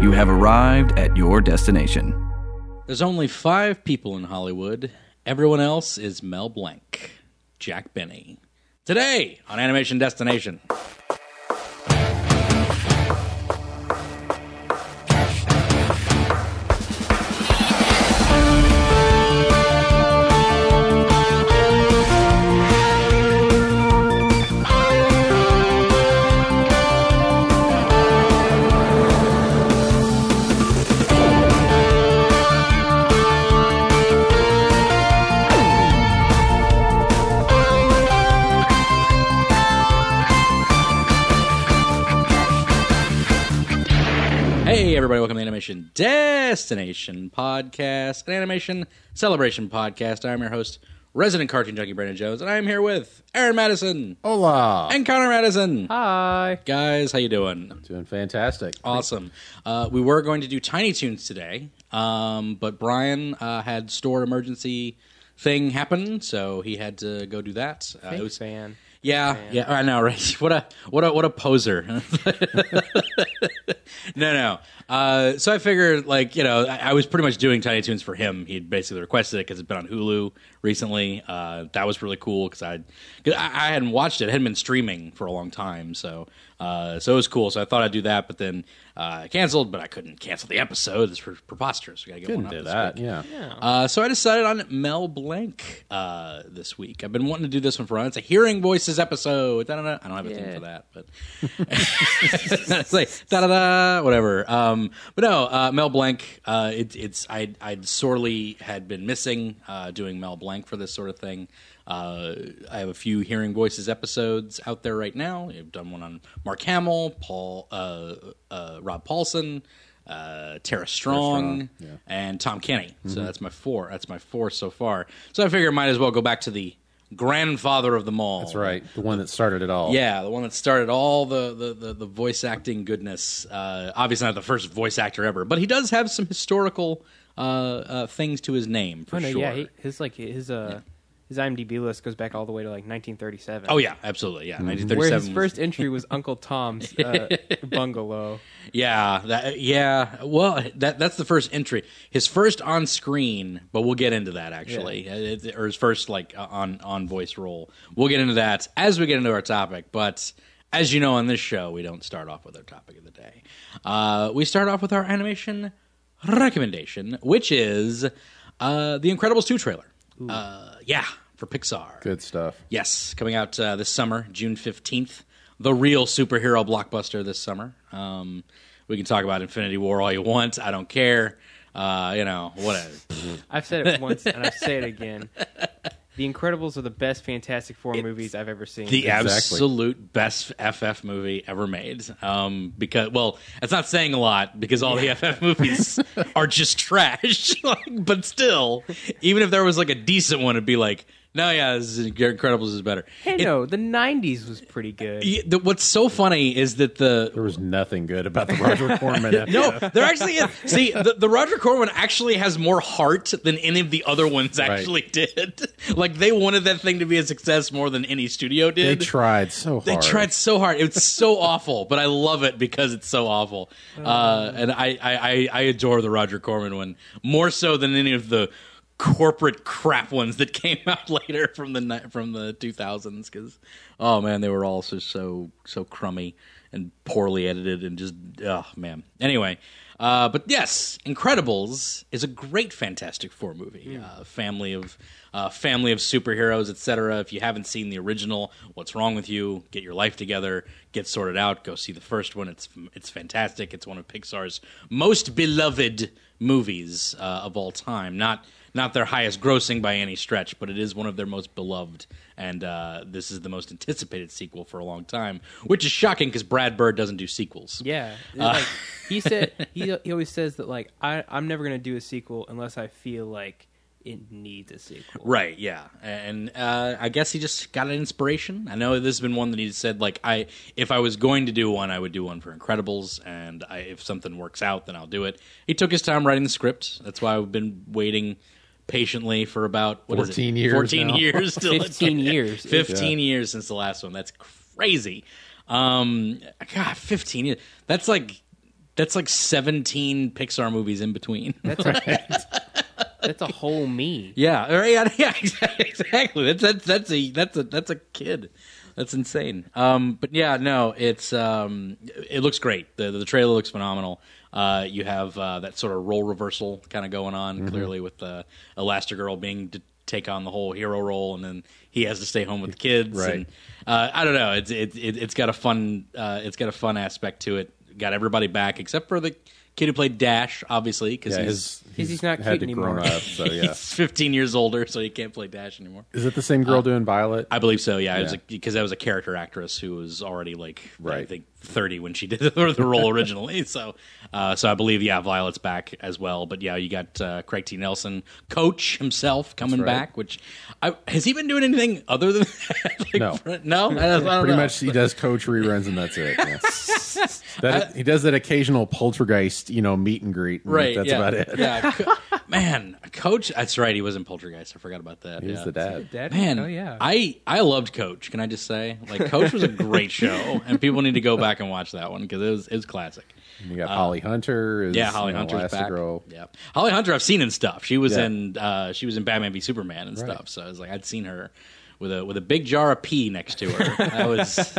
You have arrived at your destination. There's only five people in Hollywood. Everyone else is Mel Blanc, Jack Benny. Today on Animation Destination. Hey, everybody, welcome to Animation Destination Podcast, an animation celebration podcast. I'm your host, resident cartoon junkie Brandon Jones, and I'm here with Aaron Madison Hola. and Connor Madison. Hi. Guys, how you doing? Doing fantastic. Awesome. Uh, we were going to do Tiny Toons today, um, but Brian uh, had store emergency thing happen, so he had to go do that. Uh, it was- fan. yeah, yeah, I know, right? What a what a what a poser. no, no. Uh, so I figured, like, you know, I, I was pretty much doing Tiny Toons for him. He had basically requested it because it's been on Hulu recently. Uh, that was really cool because I, cause I I hadn't watched it. It hadn't been streaming for a long time, so uh, so it was cool. So I thought I'd do that, but then uh, I canceled. But I couldn't cancel the episode. It's pre- preposterous. We gotta get Couldn't one up do this that. week. Yeah. Uh, so I decided on Mel Blanc uh, this week. I've been wanting to do this one for a while. It's a hearing voices episode. Da-da-da. I don't have a thing Yeah. for that, but it's like da da da, whatever. Um, but no, uh, Mel Blanc. Uh, it, it's I I'd sorely had been missing uh, doing Mel Blanc for this sort of thing. Uh, I have a few hearing voices episodes out there right now. I've done one on Mark Hamill, Paul, uh, uh, Rob Paulson, uh, Tara Strong, and Tom Kenny. So that's my four. That's my four so far. So I figure I might as well go back to the grandfather of them all. That's right. The one that started it all. Yeah, the one that started all the the, the, the voice acting goodness. Uh, obviously, not the first voice actor ever, but he does have some historical uh, uh, things to his name for Oh no, sure. yeah, he, his like his uh his IMDb list goes back all the way to like 1937. oh yeah, absolutely. Yeah, nineteen where thirty-seven. his first entry was Uncle Tom's uh, bungalow. Yeah, that, yeah. Well, that that's the first entry. His first on screen, but we'll get into that actually, Uh, it- or his first like uh, on on voice role. We'll get into that as we get into our topic. But as you know, on this show, we don't start off with our topic of the day. Uh, we start off with our animation recommendation, which is uh, the Incredibles two trailer. Uh, yeah, for Pixar. Good stuff. Yes, coming out uh, this summer, June fifteenth. The real superhero blockbuster this summer. Um, we can talk about Infinity War all you want. I don't care. Uh, you know, whatever. I've said it once and I'll say it again. The Incredibles are the best Fantastic Four movies I've ever seen. the Exactly. absolute best FF movie ever made. Um, because well, that's not saying a lot because all the FF movies are just trash. like, but still, even if there was like a decent one, it'd be like, no, yeah, this is, Incredibles is better. hey, no, the 90s was pretty good. Y- the- what's so funny is that the There was nothing good about the Roger Corman. No, there actually is. See, the, the Roger Corman actually has more heart than any of the other ones actually did. Like they wanted that thing to be a success more than any studio They did. tried so hard. They tried so hard. It's so awful, but I love it because it's so awful. Oh. Uh, and I, I, I- I adore the Roger Corman one more so than any of the corporate crap ones that came out later from the ni- from the 2000s. Because oh man, they were all so so so crummy and poorly edited and just oh man. Anyway. Uh, but yes, Incredibles is a great Fantastic Four movie. Uh, family of uh, family of superheroes, etc. If you haven't seen the original, what's wrong with you? Get your life together, get sorted out. Go see the first one. It's it's fantastic. It's one of Pixar's most beloved movies uh, of all time. Not not their highest grossing by any stretch, but it is one of their most beloved. And uh, this is the most anticipated sequel for a long time, which is shocking because Brad Bird doesn't do sequels. Yeah, Uh. like, he said he he always says that like I I'm never gonna do a sequel unless I feel like it needs a sequel. Right, yeah, and uh, I guess he just got an inspiration. I know this has been one that he said like I, if I was going to do one, I would do one for Incredibles, and I, if something works out, then I'll do it. He took his time writing the script. That's why I've been waiting patiently for about what is it? 14 years fourteen now. years, till it's- 15 years. 15 years since the last one. That's crazy. Um, God, 15 years. That's like That's like 17 Pixar movies in between. That's a, that's a whole me. Yeah, or, yeah, yeah, exactly. That's that's that's a that's a that's a kid. That's insane. Um, but yeah, no, it's um, it looks great. The the trailer looks phenomenal. Uh, you have uh, that sort of role reversal kind of going on Mm-hmm. clearly with uh, Elastigirl being to take on the whole hero role, and then he has to stay home with the kids. Right. And, uh, I don't know. It's it, it it's got a fun uh, it's got a fun aspect to it. Got everybody back except for the kid who played Dash, obviously, because Yeah, he's his, he's not had cute to anymore. grown up. So yeah, He's 15 years older, so he can't play Dash anymore. is it the same Uh, girl doing Violet? I believe so. Yeah, it was Yeah. because that was a character actress who was already like I Right. think 30 when she did the role originally. So, uh, so I believe yeah, Violet's back as well. But yeah, you got uh, Craig T. Nelson, Coach himself, coming right. back. Which I, has he been doing anything other than that? Like, No. for- no, I don't- I don't know. Pretty much, he does coach reruns, and that's it. yeah. that he does that occasional poltergeist, you know, meet and greet. and Right, That's yeah. about it. Yeah, Co- man, Coach. That's right. He was in Poltergeist. I forgot about that. He's yeah. the dad. That- Man, oh yeah. I I loved Coach. Can I just say, like, Coach was a great show, and people need to go back and watch that one because it was it was classic. You got Holly Hunter. Is, Uh, Yeah, Holly you know, Hunter's back. Elastigirl. Yeah, Holly Hunter. I've seen in stuff. She was Yeah. in uh, she was in Batman v Superman and stuff. So I was like, I'd seen her with a with a big jar of pee next to her. That was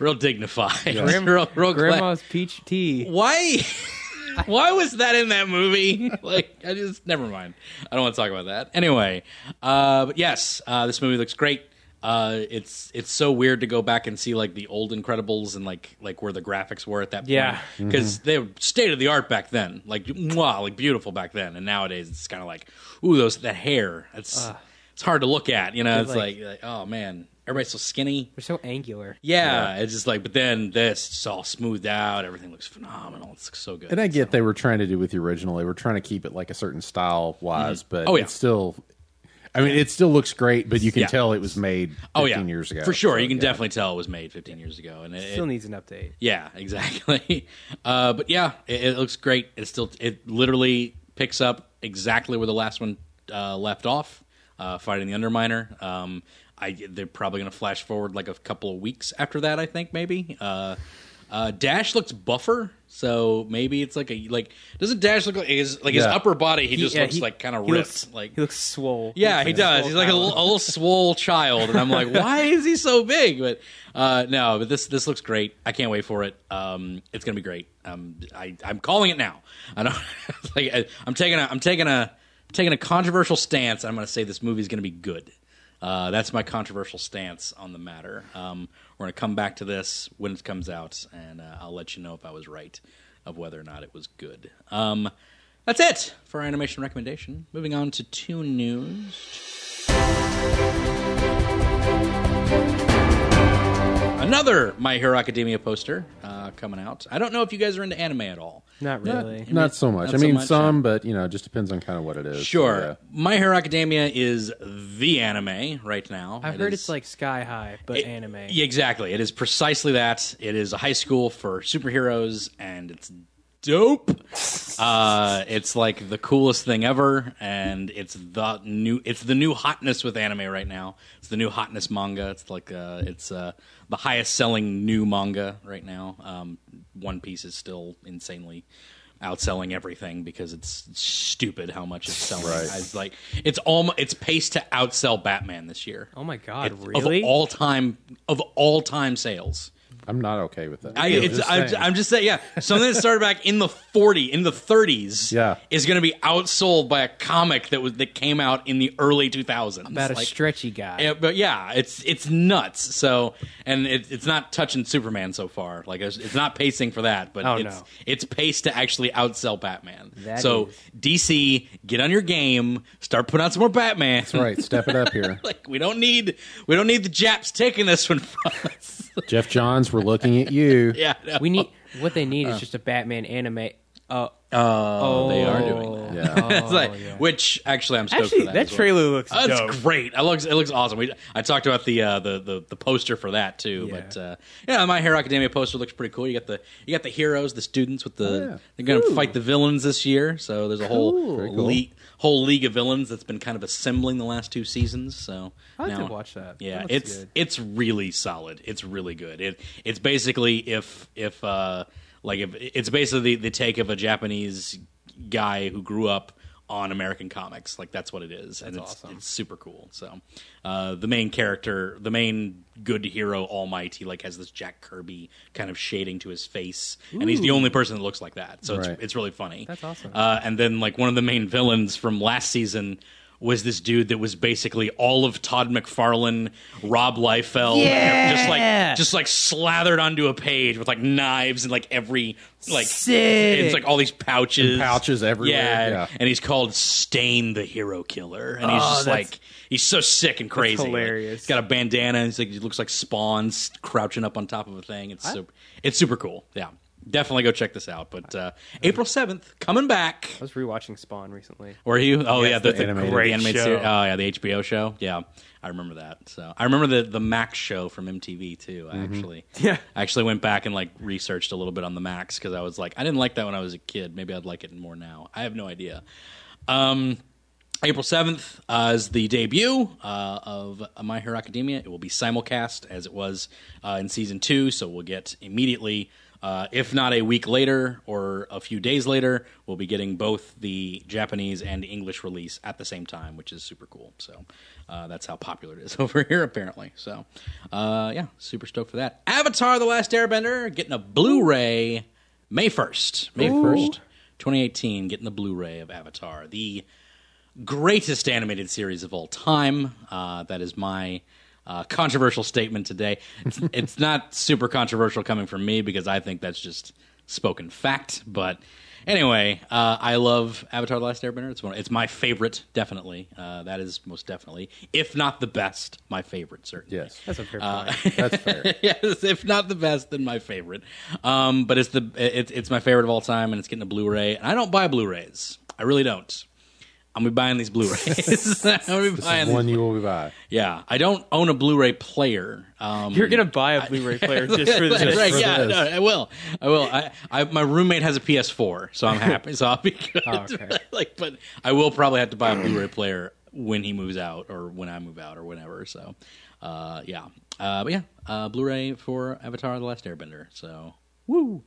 real dignified. real, real glad- Grandma's peach tea. Why? Why was that in that movie? Like, I just never mind. I don't want to talk about that. Anyway, uh, but yes, uh, this movie looks great. Uh, it's it's so weird to go back and see like the old Incredibles and like like where the graphics were at that point. Yeah. because they were state of the art back then, like mwah, like beautiful back then. And nowadays, it's kind of like ooh, those that hair. It's it's hard to look at. You know, it's like- like, like oh man, everybody's so skinny. They're so angular. Yeah, it's just like, but then this it's all smoothed out. Everything looks phenomenal. It's so good. And I get they were trying to do with the original. They were trying to keep it like a certain style wise, but Oh, yeah. it's still. I mean, it still looks great, but you can Yeah. tell it was made 15 oh yeah, years ago. for sure. So, you can yeah. definitely tell it was made 15 years ago, and it, Still it- needs an update. yeah, exactly. Uh, but yeah, it, it looks great. It still it literally picks up exactly where the last one uh, left off, uh, fighting the Underminer. Um, I they're probably going to flash forward like a couple of weeks after that. I think maybe. Uh, uh, Dash looks buffer, so maybe it's like a like. Doesn't Dash look like his like his Yeah. upper body? He, just yeah, looks he- like kind of he ripped. looks- like he looks swole. yeah, he looks does. swole He's like a out. little, a little swole child, and I'm like, why is he so big? But uh, no, but this this looks great. I can't wait for it. Um, it's gonna be great. Um, I I'm calling it now. I don't like. I, I'm taking a I'm taking a taking a controversial stance. I'm gonna say this movie's gonna be good. Uh, that's my controversial stance on the matter. Um, we're gonna come back to this when it comes out, and uh, I'll let you know if I was right of whether or not it was good. Um, that's it for our animation recommendation. Moving on to Toon News. Another My Hero Academia poster uh, coming out. I don't know if you guys are into anime at all. Not Not, really. not so much. Not I so mean, much, some, but you know, it just depends on kind of what it is. So, Sure. yeah. My Hero Academia is the anime right now. I've It heard is- it's like sky high, but It- anime. Yeah, exactly. It is precisely that. It is a high school for superheroes, and it's dope. Uh, it's like the coolest thing ever, and it's the new. It's the new hotness with anime right now. It's the new hotness manga. It's like uh, it's uh, the highest selling new manga right now. Um, One Piece is still insanely outselling everything because it's stupid how much it's selling. Right. I was like it's almost it's paced to outsell Batman this year Oh my god, it's really? of all time of all time sales. I'm not okay with that. I, Yeah, it's, just I'm, saying. I'm just saying, yeah. Something that started back in the 40, in the 30s, Yeah. is going to be outsold by a comic that was that came out in the early 2000s. About a Like, stretchy guy. yeah, but yeah, it's it's nuts. So, and it, it's not touching Superman so far. Like it's, it's not pacing for that, but Oh, it's no. it's paced to actually outsell Batman. That so is- DC, get on your game, start putting out some more Batman. That's right. Step it up here. Like we don't need we don't need the Japs taking this one from us. Jeff Johns, we're looking at you. Yeah, I know. We need uh, what they need is just a Batman anime. Uh, oh, they are doing that. Oh, Yeah. It's like- which actually I'm stoked Actually, for that, that. as well. trailer looks Oh, it's dope. great. It looks it looks awesome. We, I talked about the, uh, the the the poster for that too, Yeah. but uh, yeah, my Hero Academia poster looks pretty cool. You got the you got the heroes, the students with the yeah. they're going to fight the villains this year. So there's a Oh, Cool. whole Very cool. le- whole league of villains that's been kind of assembling the last two seasons. So I'll have to now- watch that. That Yeah, looks it's good. it's really solid. It's really good. It it's basically if if uh like if it's basically the, the take of a Japanese guy who grew up on American comics. Like that's what it is, and it's, it's super cool. So uh, the main character, the main good hero, Almighty, like has this Jack Kirby kind of shading to his face, and he's the only person that looks like that. So Right. it's, it's really funny. That's awesome. Uh, and then like one of the main villains from last season. Was this dude that was basically all of Todd McFarlane, Rob Liefeld, just like just like slathered onto a page with like knives and like every like it's like all these pouches, And pouches everywhere, yeah. and he's called Stain the Hero Killer, and he's Oh, just that's- like he's so sick and crazy, Like, hilarious. he's got a bandana, and he's like, he looks like Spawn s- crouching up on top of a thing. It's super, it's super cool. Yeah, definitely go check this out. But uh, April seventh, coming back. I was rewatching Spawn recently. Were you? Oh yeah, the, the the animated. great Great animated show. series. Oh yeah, the HBO show. Yeah, I remember that. So I remember the the Max show from MTV too. I actually, Yeah. I actually went back and like researched a little bit on the Max because I was like, I didn't like that when I was a kid. Maybe I'd like it more now. I have no idea. Um, April seventh uh, is the debut uh, of My Hero Academia. It will be simulcast as it was uh, in season two, so we'll get immediately, uh, if not a week later or a few days later, we'll be getting both the Japanese and English release at the same time, which is super cool. So uh, that's how popular it is over here, apparently. So uh, yeah, super stoked for that. Avatar: The Last Airbender getting a Blu-ray May first, May first, twenty eighteen, getting the Blu-ray of Avatar. The greatest animated series of all time. Uh, that is my uh, controversial statement today. It's, it's not super controversial coming from me because I think that's just spoken fact. But anyway, uh, I love Avatar: The Last Airbender. It's one. It's my favorite, definitely. Uh, that is most definitely, if not the best, my favorite certainly Yes, That's a fair Uh, point. that's fair. yes, if not the best, then my favorite. Um, but it's the it's it's my favorite of all time, and it's getting a Blu-ray. And I don't buy Blu-rays. I really don't. I'm gonna be buying these Blu-rays. I'm gonna be buying. One these. you will be by. Yeah, I don't own a Blu-ray player. Um, You're gonna buy a Blu-ray player just for this. right? for Yeah, this. no, I will. I will. I, I my roommate has a PS4, so I'm happy. So I'll be good. Oh, okay. like, but I will probably have to buy a Blu-ray player when he moves out, or when I move out, or whenever. So, uh, yeah. Uh, but yeah, uh, Blu-ray for Avatar: The Last Airbender. So, woo.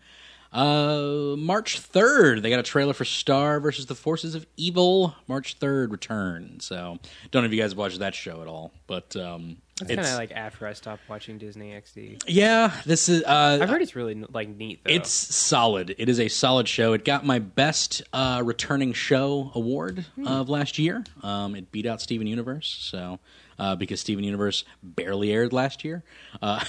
Uh, March third, they got a trailer for Star versus the Forces of Evil. March third return. So, don't know if you guys watched that show at all, but um, It's kind of like after I stopped watching Disney XD. yeah, this is. Uh, I've heard it's really like neat though. It's solid. It is a solid show. It got my best uh, returning show award of last year. Um, it beat out Steven Universe, so uh, because Steven Universe barely aired last year. Uh,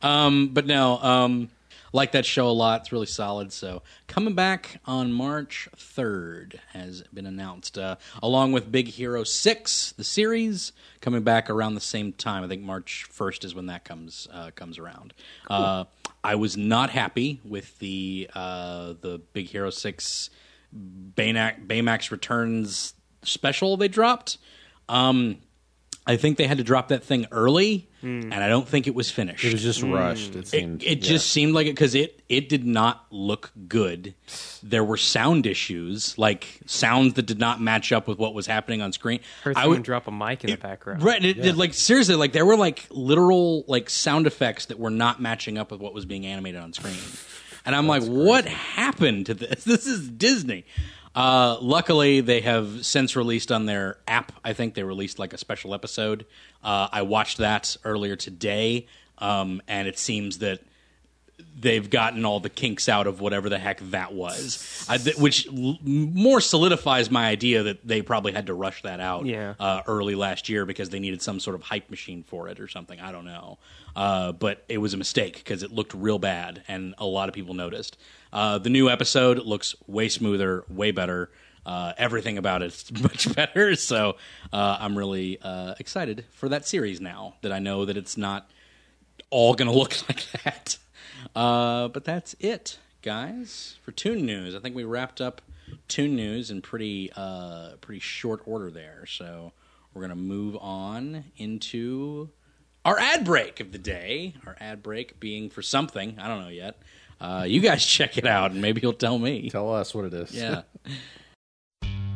um, but no, um, like that show a lot. It's really solid. So coming back on March third has been announced, uh, along with Big Hero Six, the series coming back around the same time. I think March first is when that comes uh, comes around. Uh, I was not happy with the uh, the Big Hero Six Baymax, Baymax Returns special they dropped. Um, I think they had to drop that thing early, and I don't think it was finished. Hmm. It was just rushed. It seemed. Mm. It just seemed like it because it it did not look good. There were sound issues, like sounds that did not match up with what was happening on screen. heard I someone would drop a mic in the background. right, and it, did like seriously, like there were like literal like sound effects that were not matching up with what was being animated on screen. And I'm like, what happened to this? This is Disney. Uh, luckily, they have since released on their app. I think they released like a special episode. Uh, I watched that earlier today, um, and it seems that they've gotten all the kinks out of whatever the heck that was, I, th- which l- more solidifies my idea that they probably had to rush that out Yeah. uh, early last year because they needed some sort of hype machine for it or something. I don't know, uh, but it was a mistake because it looked real bad and a lot of people noticed. Uh, the new episode looks way smoother, way better. Uh, everything about it's much better, so uh, I'm really uh, excited for that series now that I know that it's not all going to look like that. Uh, but that's it, guys, for Toon News. I think we wrapped up Toon News in pretty uh, pretty short order there. So we're going to move on into our ad break of the day. Our ad break being for something. I don't know yet. Uh, you guys check it out, and maybe you'll tell me. tell us what it is. Yeah.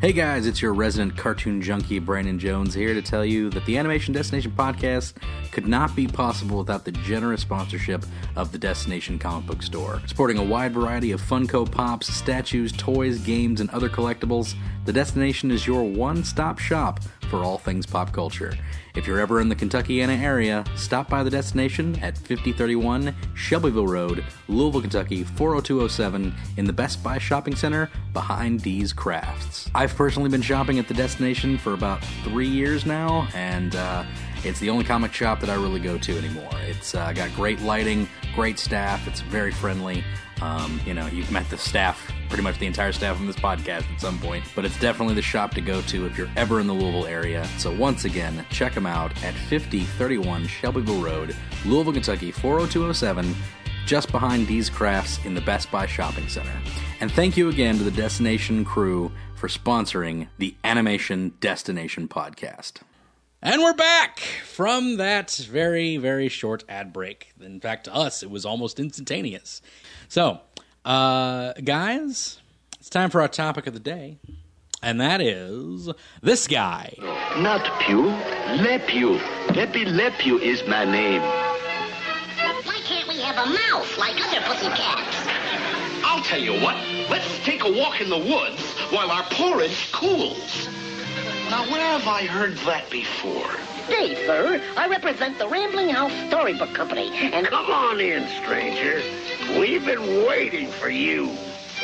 Hey guys, it's your resident cartoon junkie Brandon Jones here to tell you that the Animation Destination podcast could not be possible without the generous sponsorship of the Destination Comic Book Store. Sporting a wide variety of Funko Pops, statues, toys, games, and other collectibles, the Destination is your one stop shop for all things pop culture. If you're ever in the Kentuckiana area, stop by the destination at 5031 Shelbyville Road, Louisville, Kentucky 40207 in the Best Buy Shopping Center behind D's Crafts. I've personally been shopping at the destination for about three years now, and uh, it's the only comic shop that I really go to anymore. It's uh, got great lighting, great staff, it's very friendly. Um, you know, you've met the staff, pretty much the entire staff on this podcast at some point, but it's definitely the shop to go to if you're ever in the Louisville area. So once again, check them out at 5031 Shelbyville Road, Louisville, Kentucky 40207, just behind D's Crafts in the Best Buy Shopping Center. And thank you again to the Destination crew for sponsoring the Animation Destination podcast. And we're back from that very, very short ad break. In fact, to us, it was almost instantaneous. So, uh, guys, it's time for our topic of the day, and that is this guy. Not Pew, Lepew. Pepe Lepew is my name. Why can't we have a mouth like other pussycats? I'll tell you what. Let's take a walk in the woods while our porridge cools. Now, where have I heard that before? Dave Fur, I represent the Rambling House Storybook Company, and Come on in, stranger. We've been waiting for you.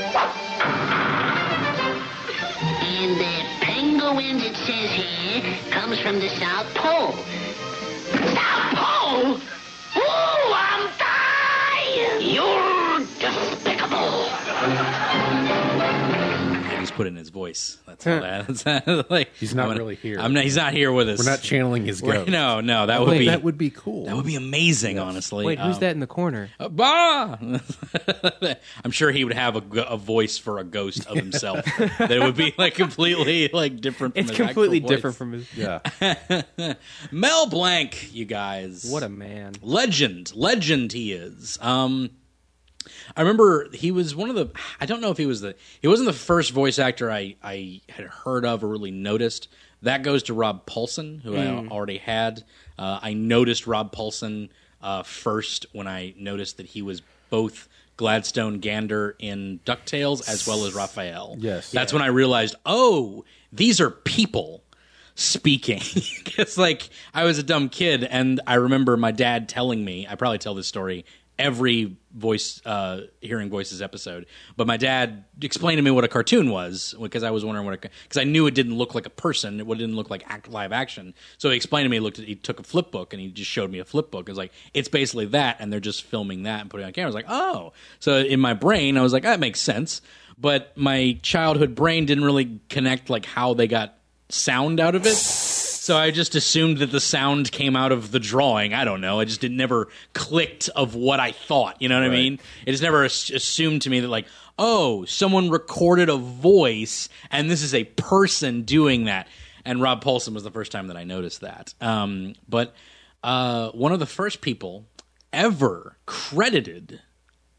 and the penguins it says here comes from the South Pole. Stop, Oh! Paul! Ooh, I'm dying! You're despicable. I just put in his voice. That's how that. That's like, He's not I'm gonna- really here. I'm not. He's not here with us. We're not channeling his We're- ghost. No, no, that would Wait, be that would be cool. that would be amazing. Honestly, Wait, who's Um, that in the corner? Uh, Bah! I'm sure he would have a, g- a voice for a ghost of himself that would be like completely like different. From It's his actual completely voice. different from his. yeah. Mel Blanc. You guys, What a man! legend legend he is um i remember he was one of the i don't know if he was the he wasn't the first voice actor i i had heard of or really noticed that goes to rob paulson who i already had uh, i noticed rob paulson uh, first when i noticed that he was both gladstone gander in ducktales as well as raphael Yes. that's when i realized oh these are people speaking because like i was a dumb kid and i remember my dad telling me i probably tell this story every voice uh hearing voices episode but my dad explained to me what a cartoon was because i was wondering what a because i knew it didn't look like a person it didn't look like act, live action so he explained to me he looked at, he took a flip book and he just showed me a flip book it was like it's basically that and they're just filming that and putting it on camera i was like oh so in my brain i was like that makes sense but my childhood brain didn't really connect like how they got sound out of it. So I just assumed that the sound came out of the drawing. I don't know. I just it never clicked of what I thought. You know what I mean? It just never as- assumed to me that like, oh, someone recorded a voice and this is a person doing that. And Rob Paulson was the first time that I noticed that. Um, but uh, one of the first people ever credited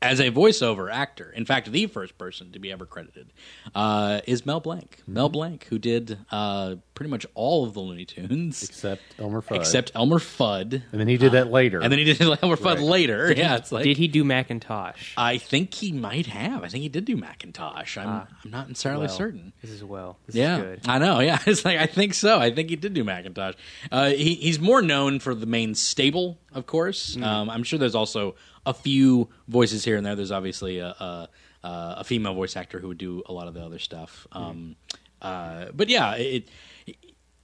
as a voiceover actor. In fact, the first person to be ever credited uh, is Mel Blanc. Mm-hmm. Mel Blanc, who did uh, pretty much all of the Looney Tunes Except Elmer Fudd. except Elmer Fudd, and then he did that later. and then he did Elmer Fudd later. yeah, it's like Did he do Macintosh? I think he might have. I think he did do Macintosh. I'm I'm not entirely Ah. Well, certain. This is well. This Yeah, is good. I know. Yeah, it's like I think so. I think he did do Macintosh. Uh, he, he's more known for the main stable, of course. Mm-hmm. Um, I'm sure there's also a few voices here and there. There's obviously a, a, uh, a female voice actor who would do a lot of the other stuff. Mm-hmm. Um, uh, but yeah, it,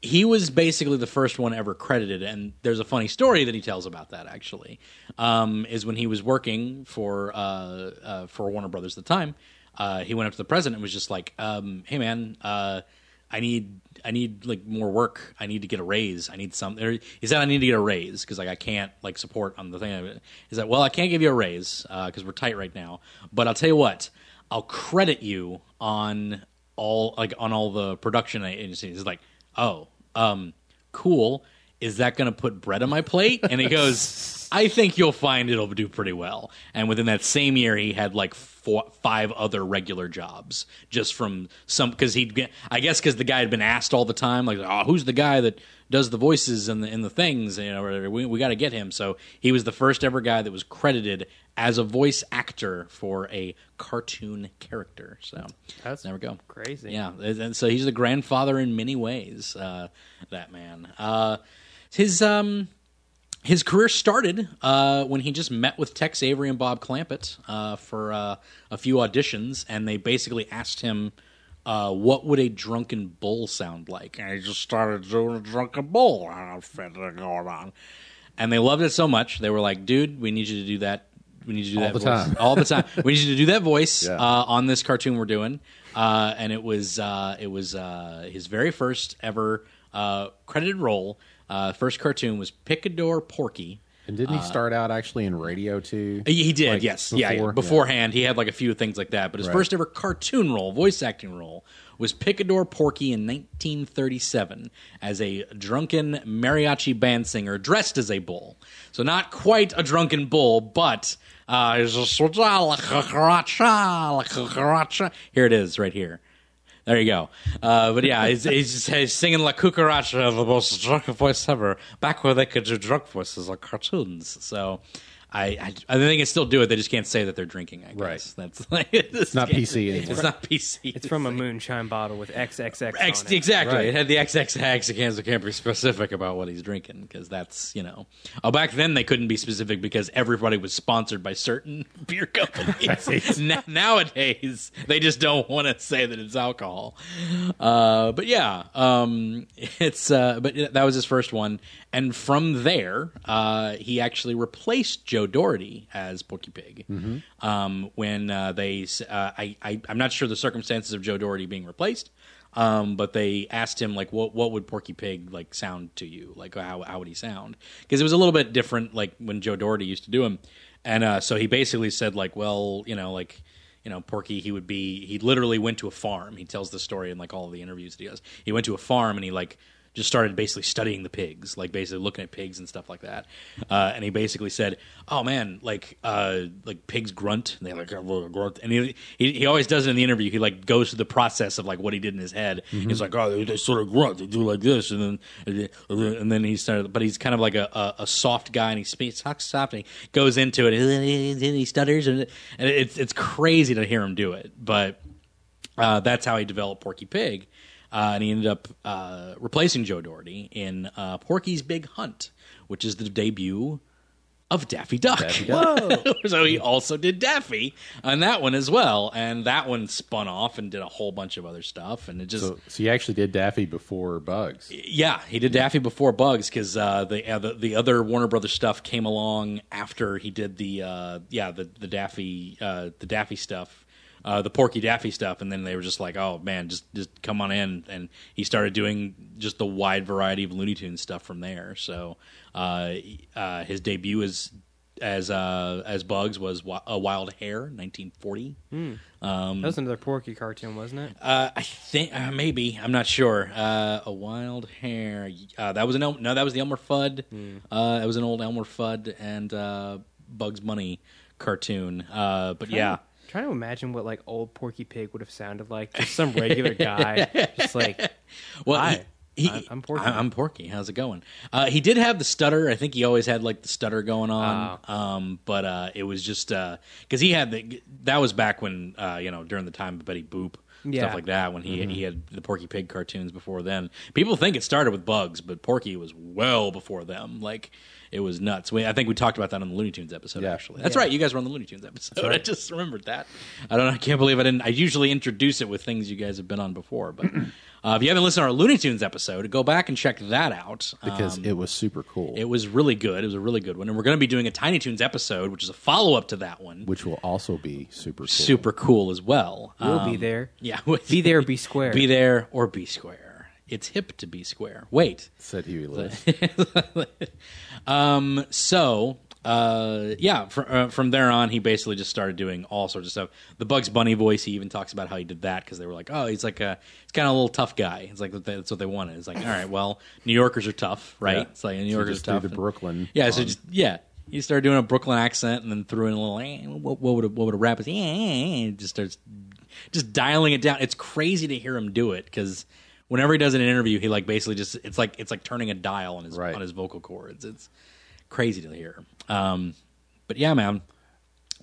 he was basically the first one ever credited and there's a funny story that he tells about that actually um, is when he was working for uh, uh, for warner brothers at the time uh, he went up to the president and was just like um, hey man uh, i need i need like more work i need to get a raise i need something or he said i need to get a raise because like i can't like support on the thing he's like well i can't give you a raise because we're tight right now but i'll tell you what i'll credit you on all like on all the production agencies It's like oh um cool is that gonna put bread on my plate and he goes I think you'll find it'll do pretty well. And within that same year, he had like four, five other regular jobs just from some because he'd get. I guess because the guy had been asked all the time, like, "Oh, who's the guy that does the voices and the and the things?" You know, or, we we got to get him. So he was the first ever guy that was credited as a voice actor for a cartoon character. So That's there we go. crazy. Yeah, and and so he's the grandfather in many ways. Uh, that man. Uh, his um, his career started uh, when he just met with Tex Avery and Bob Clampett uh, for uh, a few auditions, and they basically asked him, uh, "What would a drunken bull sound like?" And he just started doing a drunken bull outfit going on, and they loved it so much they were like, "Dude, we need you to do that. We need you to do that the voice. time. all the time. We need you to do that voice Yeah. uh, on this cartoon we're doing." Uh, and it was uh, it was uh, his very first ever uh, credited role. Uh, first cartoon was Picador Porky, And didn't he start out actually in radio too? uh, he he did, Like, yes, before? yeah, yeah. Yeah. Beforehand, he had like a few things like that. But his Right. first ever cartoon role, voice acting role, was Picador Porky in 1937 as a drunken mariachi band singer dressed as a bull. So not quite a drunken bull, but uh, he's just- here it is, right here. There you go. Uh, but yeah, he's, he's, just, he's singing La Cucaracha, the most drunk voice ever, back where they could do drunk voices on cartoons. So I, I, I think they can still do it. They just can't say that they're drinking, I guess. Right. That's like, it's not PC anymore. It's not PC. It's from a moonshine bottle with XXX Ex- on it. exactly. Right. It had the XXX. It can't, it can't be specific about what he's drinking because that's, you know. Oh, back then they couldn't be specific because everybody was sponsored by certain beer companies. Na- nowadays, they just don't want to say that it's alcohol. Uh, but yeah, um, it's uh, but that was his first one. And from there, uh, he actually replaced Joe Doherty as Porky Pig Mm-hmm. um, when uh, they. s- Uh, I, I I'm not sure the circumstances of Joe Doherty being replaced, um, but they asked him like, what what would Porky Pig like sound to you? Like how how would he sound? Because it was a little bit different like when Joe Doherty used to do him, and uh, so he basically said like, well, you know, like you know, Porky, he would be, he literally went to a farm. He tells the story in like all the interviews that he does. He went to a farm and he like just started basically studying the pigs, like basically looking at pigs and stuff like that. Uh, and he basically said, "Oh man, like uh, like pigs grunt." And they like grunt, and he, he he always does it in the interview. He like goes through the process of like what he did in his head. He's like, "Oh, they, they sort of grunt. They do like this," and then and then- and then he started. But he's kind of like a, a, a soft guy, and he speaks talks soft, and he goes into it, and he stutters, and and it's it's crazy to hear him do it, but uh, that's how he developed Porky Pig, uh, and he ended up uh, replacing Joe Doherty in uh, Porky's Big Hunt, which is the debut of Daffy Duck. so he also did Daffy on that one as well, and that one spun off and did a whole bunch of other stuff, and it just So, so you actually did Daffy before Bugs. yeah, he did Daffy before Bugs because uh, the, uh, the the other Warner Brothers stuff came along after he did the uh, yeah the the Daffy uh, the Daffy stuff, uh, the Porky Daffy stuff, and then they were just like, oh man, just just come on in, and he started doing just the wide variety of Looney Tunes stuff from there. So uh, uh, his debut is as uh, as Bugs was Wi- a Wild Hare, 1940. That was another Porky cartoon, wasn't it? Uh, I think uh, maybe I'm not sure. Uh, a wild hair. Uh, that was an El- no. That was the Elmer Fudd. Uh, that was an old Elmer Fudd and uh, Bugs Bunny cartoon. Uh, but yeah, Trying to imagine what like old Porky Pig would have sounded like. Just some regular guy, just like Well, Hi. he- he- I- I'm Porky. I- I'm Porky. How's it going? Uh, he did have the stutter. I think he always had like the stutter going on. Oh. Um, but uh, it was just because he had the that was back when uh, you know during the time of Betty Boop. Stuff Yeah. Mm-hmm. like that when he he had the Porky Pig cartoons before then. People think it started with Bugs, but Porky was well before them. Like it was nuts. We, I think we talked about that on the Looney Tunes episode. Yeah. Actually, that's right. You guys were on the Looney Tunes episode. I just remembered that. I don't. know. I can't believe I didn't. I usually introduce it with things you guys have been on before, but uh, if you haven't listened to our Looney Tunes episode, go back and check that out Uh, Because it was super cool. it was really good. It was a really good one, and we're going to be doing a Tiny Tunes episode, which is a follow up to that one. which will also be super cool. Super cool as well. we'll Um, be there. Yeah, Be there, be square. Be there or be square. It's hip to be square. Wait. said Huey Lewis. Um, so uh, yeah, fr- uh, from there on, he basically just started doing all sorts of stuff. The Bugs Bunny voice, he even talks about how he did that because they were like, "Oh, he's like a, he's kind of a little tough guy." It's like that's what they wanted. It's like, all right, well, New Yorkers are tough, right? Yeah. It's like New So Yorkers just are do tough. the Brooklyn yeah. So on- just yeah, He started doing a Brooklyn accent and then threw in a little. Eh, what, what would a, what would a rap is? Eh, eh, eh, and just starts just dialing it down. It's crazy to hear him do it because whenever he does an interview, he like basically just it's like it's like turning a dial on his Right. on his vocal cords. It's crazy to hear. Um, but yeah, man.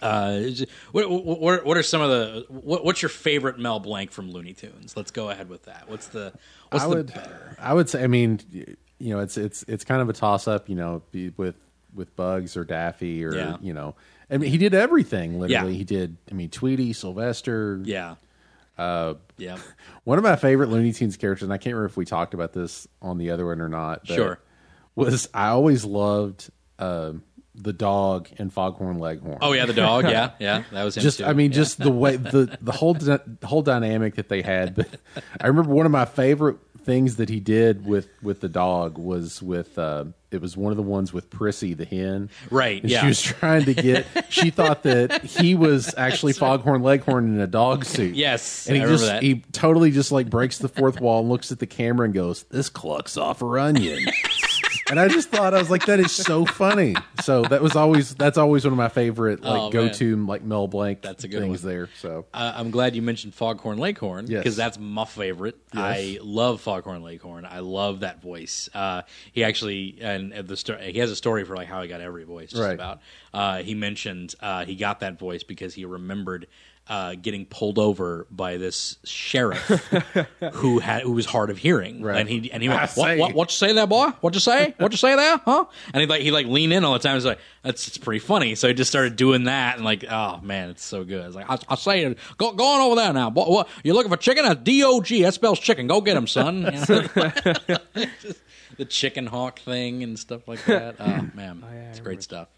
Uh, is- what, what- what what are some of the what, what's your favorite Mel Blanc from Looney Tunes? Let's go ahead with that. What's the what's I the would, better? I would say. I mean, y- you know, it's it's it's kind of a toss up. You know, be- with with Bugs or Daffy or Yeah. you know, I mean, he did everything. Literally, Yeah. he did. I mean, Tweety, Sylvester. Yeah. Uh, yeah. One of my favorite Looney Tunes characters, and I can't remember if we talked about this on the other one or not. but Sure. Was I always loved um the dog in Foghorn Leghorn? Oh yeah, the dog. Yeah, yeah, that was him just too. I mean, Yeah. just the way the the whole dy- the whole dynamic that they had. But I remember one of my favorite things that he did with with the dog was with uh, it was one of the ones with Prissy the hen. Right, And yeah. She was trying to get. she thought that he was actually Foghorn Leghorn in a dog suit. Yes, and he I remember just that. he totally just like breaks the fourth wall and looks at the camera and goes, "This clucks off her onion." And I just thought I was like, that is so funny. So that was always that's always one of my favorite like Oh, man. go to like Mel Blanc. That's a good things one. there. So Uh, I'm glad you mentioned Foghorn Leghorn Yes. because that's my favorite. I Yes. love Foghorn Leghorn. I love that voice. Uh, he actually and and the sto- he has a story for like how he got every voice. Just Right. about uh, he mentioned uh, he got that voice because he remembered. Uh, getting pulled over by this sheriff who had who was hard of hearing, Right. and he and he I went, what, say. what what you say there, boy? What you say? What you say there? Huh? And he like he like leaned in all the time. He's like, that's it's pretty funny. So he just started doing that, and like, oh man, it's so good. It's like I, I say, it. go go on over there now. What, what you looking for? Chicken? That's D O G. That spells chicken. Go get him, son. You know? Just the chicken hawk thing and stuff like that. Oh man, it's great stuff.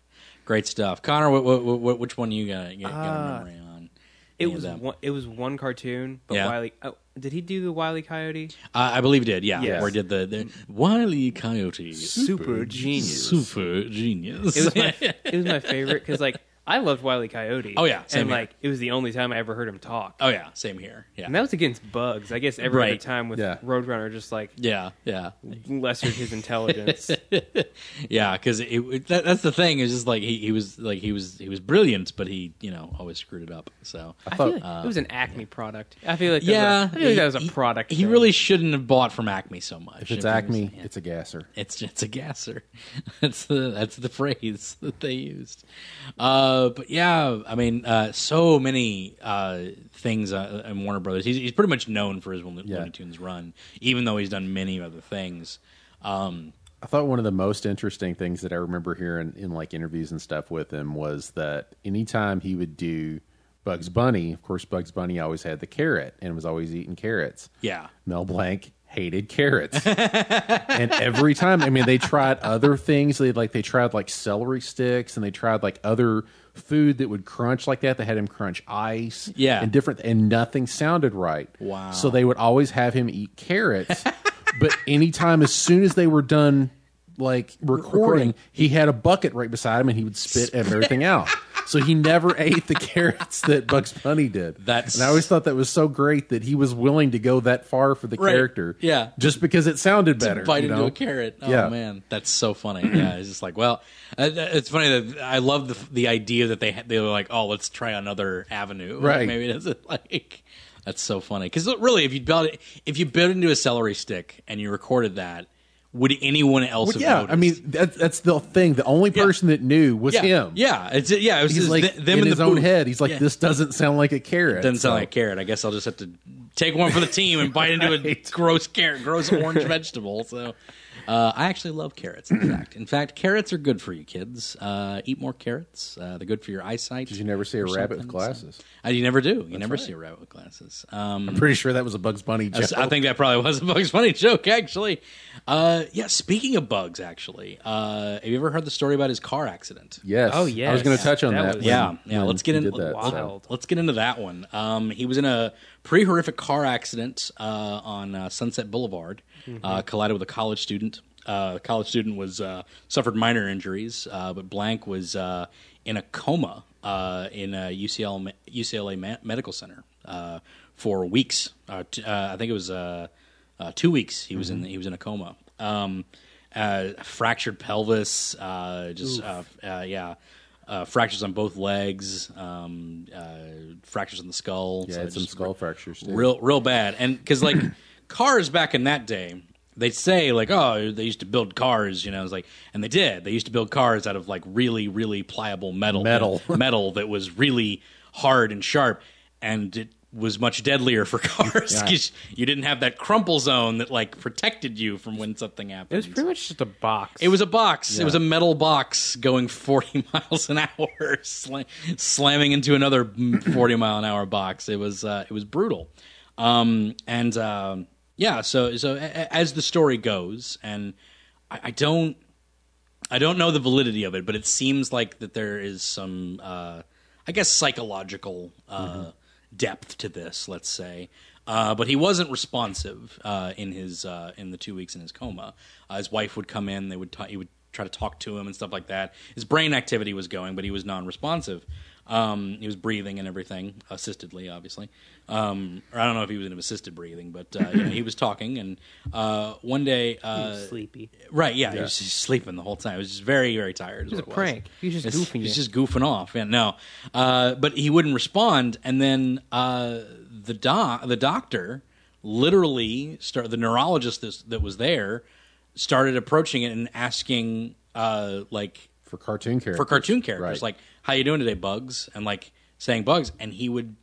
Great stuff, Connor. What, what, what, which one you got? You got a memory on? It Any of was them? one, it was one cartoon, but Yeah. Wiley. Oh, did he do the Wiley Coyote? Uh, I believe he did. Yeah, Yes. where he did the, the Wiley Coyote? Super genius. Super genius. It was my it was my favorite because like I loved Wiley Coyote. Oh, yeah, same and here. like it was the only time I ever heard him talk. Oh yeah, same here. Yeah, And that was against bugs. I guess every other Right. time with Yeah. Roadrunner just like yeah, yeah, lessered his intelligence. yeah. Because it, it- that, that's the thing is just like he, he was like he was he was brilliant, but he you know always screwed it up. So I feel like it was an Acme product. I feel like that uh, yeah, was a, I feel like that was he- a product. He, thing. really shouldn't have bought from Acme so much. if it's it was- Acme, yeah. it's a gasser. It's it's a gasser. That's the that's the phrase that they used. Uh, but yeah, I mean, uh, so many uh, things uh, in Warner Brothers. He's, he's pretty much known for his Looney Yeah. Looney Tunes run, even though he's done many other things. Um, I thought one of the most interesting things that I remember hearing in like interviews and stuff with him was that anytime he would do Bugs Bunny, of course, Bugs Bunny always had the carrot and was always eating carrots. yeah, Mel Blanc hated carrots. and every time, I mean, they tried other things. They like they tried like celery sticks, and they tried like other food that would crunch like that. They had him crunch ice, Yeah. and different, and nothing sounded right. Wow. So they would always have him eat carrots, but anytime, as soon as they were done like recording, he had a bucket right beside him, and he would spit everything out. So he never ate the carrots that Bugs Bunny did. That's- and I always thought that was so great that he was willing to go that far for the Right. character. Yeah. Just because it sounded better. bite you into know? a carrot. Oh Yeah. man, that's so funny. Yeah, it's just like well, uh, th- it's funny that I love the the idea that they had- they were like, oh, let's try another avenue. Like, Right. maybe that's it. Like that's so funny because really, if you built it, if you built into a celery stick and you recorded that, would anyone else? Well, have yeah. noticed? I mean, that, that's the thing. The only person that knew was yeah, him. yeah, it's yeah. It was He's just like th- in, them in, his the own booth. head. He's like, Yeah. this doesn't sound like a carrot. Doesn't sound So- like a carrot. I guess I'll just have to take one for the team and bite into a gross carrot, gross orange vegetable. So, uh, I actually love carrots. In fact, in fact, carrots are good for you, kids. Uh, eat more carrots. Uh, they're good for your eyesight. Did you never see a or rabbit with something, so- glasses? Uh, you never do. You never see a rabbit with glasses. Um, I'm pretty sure that was a Bugs Bunny joke. I think that probably was a Bugs Bunny joke, actually. Uh, yeah. Speaking of bugs, actually, uh, have you ever heard the story about his car accident? Yes. Oh, I was yes. going to touch on That that. when- was- Yeah, yeah. when Let's get he into did that. so. Wow. Wild. Let's get into that one. Um, he was in a pretty horrific car accident uh, on uh, Sunset Boulevard. Uh, collided with a college student. Uh, the college student was uh, suffered minor injuries, uh, but Blank was uh, in a coma uh, in a UCL, me- UCLA me- medical center uh, for Mm-hmm. weeks. Uh, t- uh, I think it was uh, uh, two weeks. He was in he was in a coma. Um, uh, fractured pelvis, uh, just uh, uh, yeah, uh, fractures on both legs, um, uh, fractures on the skull. Yeah, So I had some just skull fractures. Too. real real bad and because like cars back in that day they say like oh they used to build cars you know it's like and they did they used to build cars out of like really really pliable metal Metal. metal that was really hard and sharp and it was much deadlier for cars Yeah. 'cause you didn't have that crumple zone that like protected you from when something happened It was pretty much just a box. it was a box. It was a metal box going 40 miles an hour, sla- slamming into another 40 mile an hour box. It was uh, it was brutal. Um, and um yeah, so so a- a- as the story goes, and I, I don't I don't know the validity of it, but it seems like that there is some, uh, I guess, psychological uh, depth to this. Let's say, uh, but he wasn't responsive uh, in his uh, in the two weeks in his coma. Uh, his wife would come in; they would ta- he would try to talk to him and stuff like that. His brain activity was going, but he was non-responsive. Um, he was breathing and everything, assistedly, obviously. Um, or I don't know if he was in assisted breathing, but uh, you know, he was talking. And uh, one day, uh, sleepy. Right, yeah, he was just sleeping the whole time. He was just very, very tired. It was a prank. He was just goofing He was you. just goofing off. Yeah, no, uh, but he wouldn't respond. And then uh, the doc, the doctor, literally, start the neurologist that, that was there, started approaching it and asking, uh, like, for cartoon characters. for cartoon characters, Right. like, "How you doing today, Bugs?" and like saying Bugs, and he would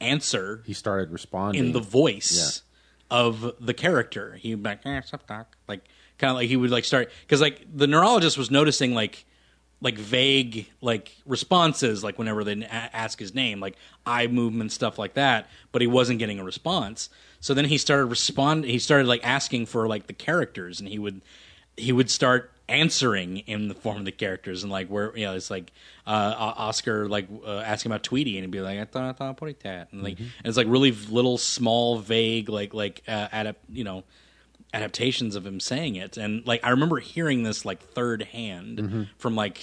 answer he started responding. in the voice of the character. He'd be like, eh, sup, doc. Like, kind of like he would like start because like the neurologist was noticing like like vague like responses like whenever they a- ask his name like eye movement stuff like that but he wasn't getting a response so then he started respond he started like asking for like the characters and he would he would start answering in the form of the characters and like where you know it's like uh, O- Oscar like uh, asking about Tweety and he'd be like I thought I thought put it that and like and it's like really v- little small vague like like uh, adapt you know adaptations of him saying it and like I remember hearing this like third hand from like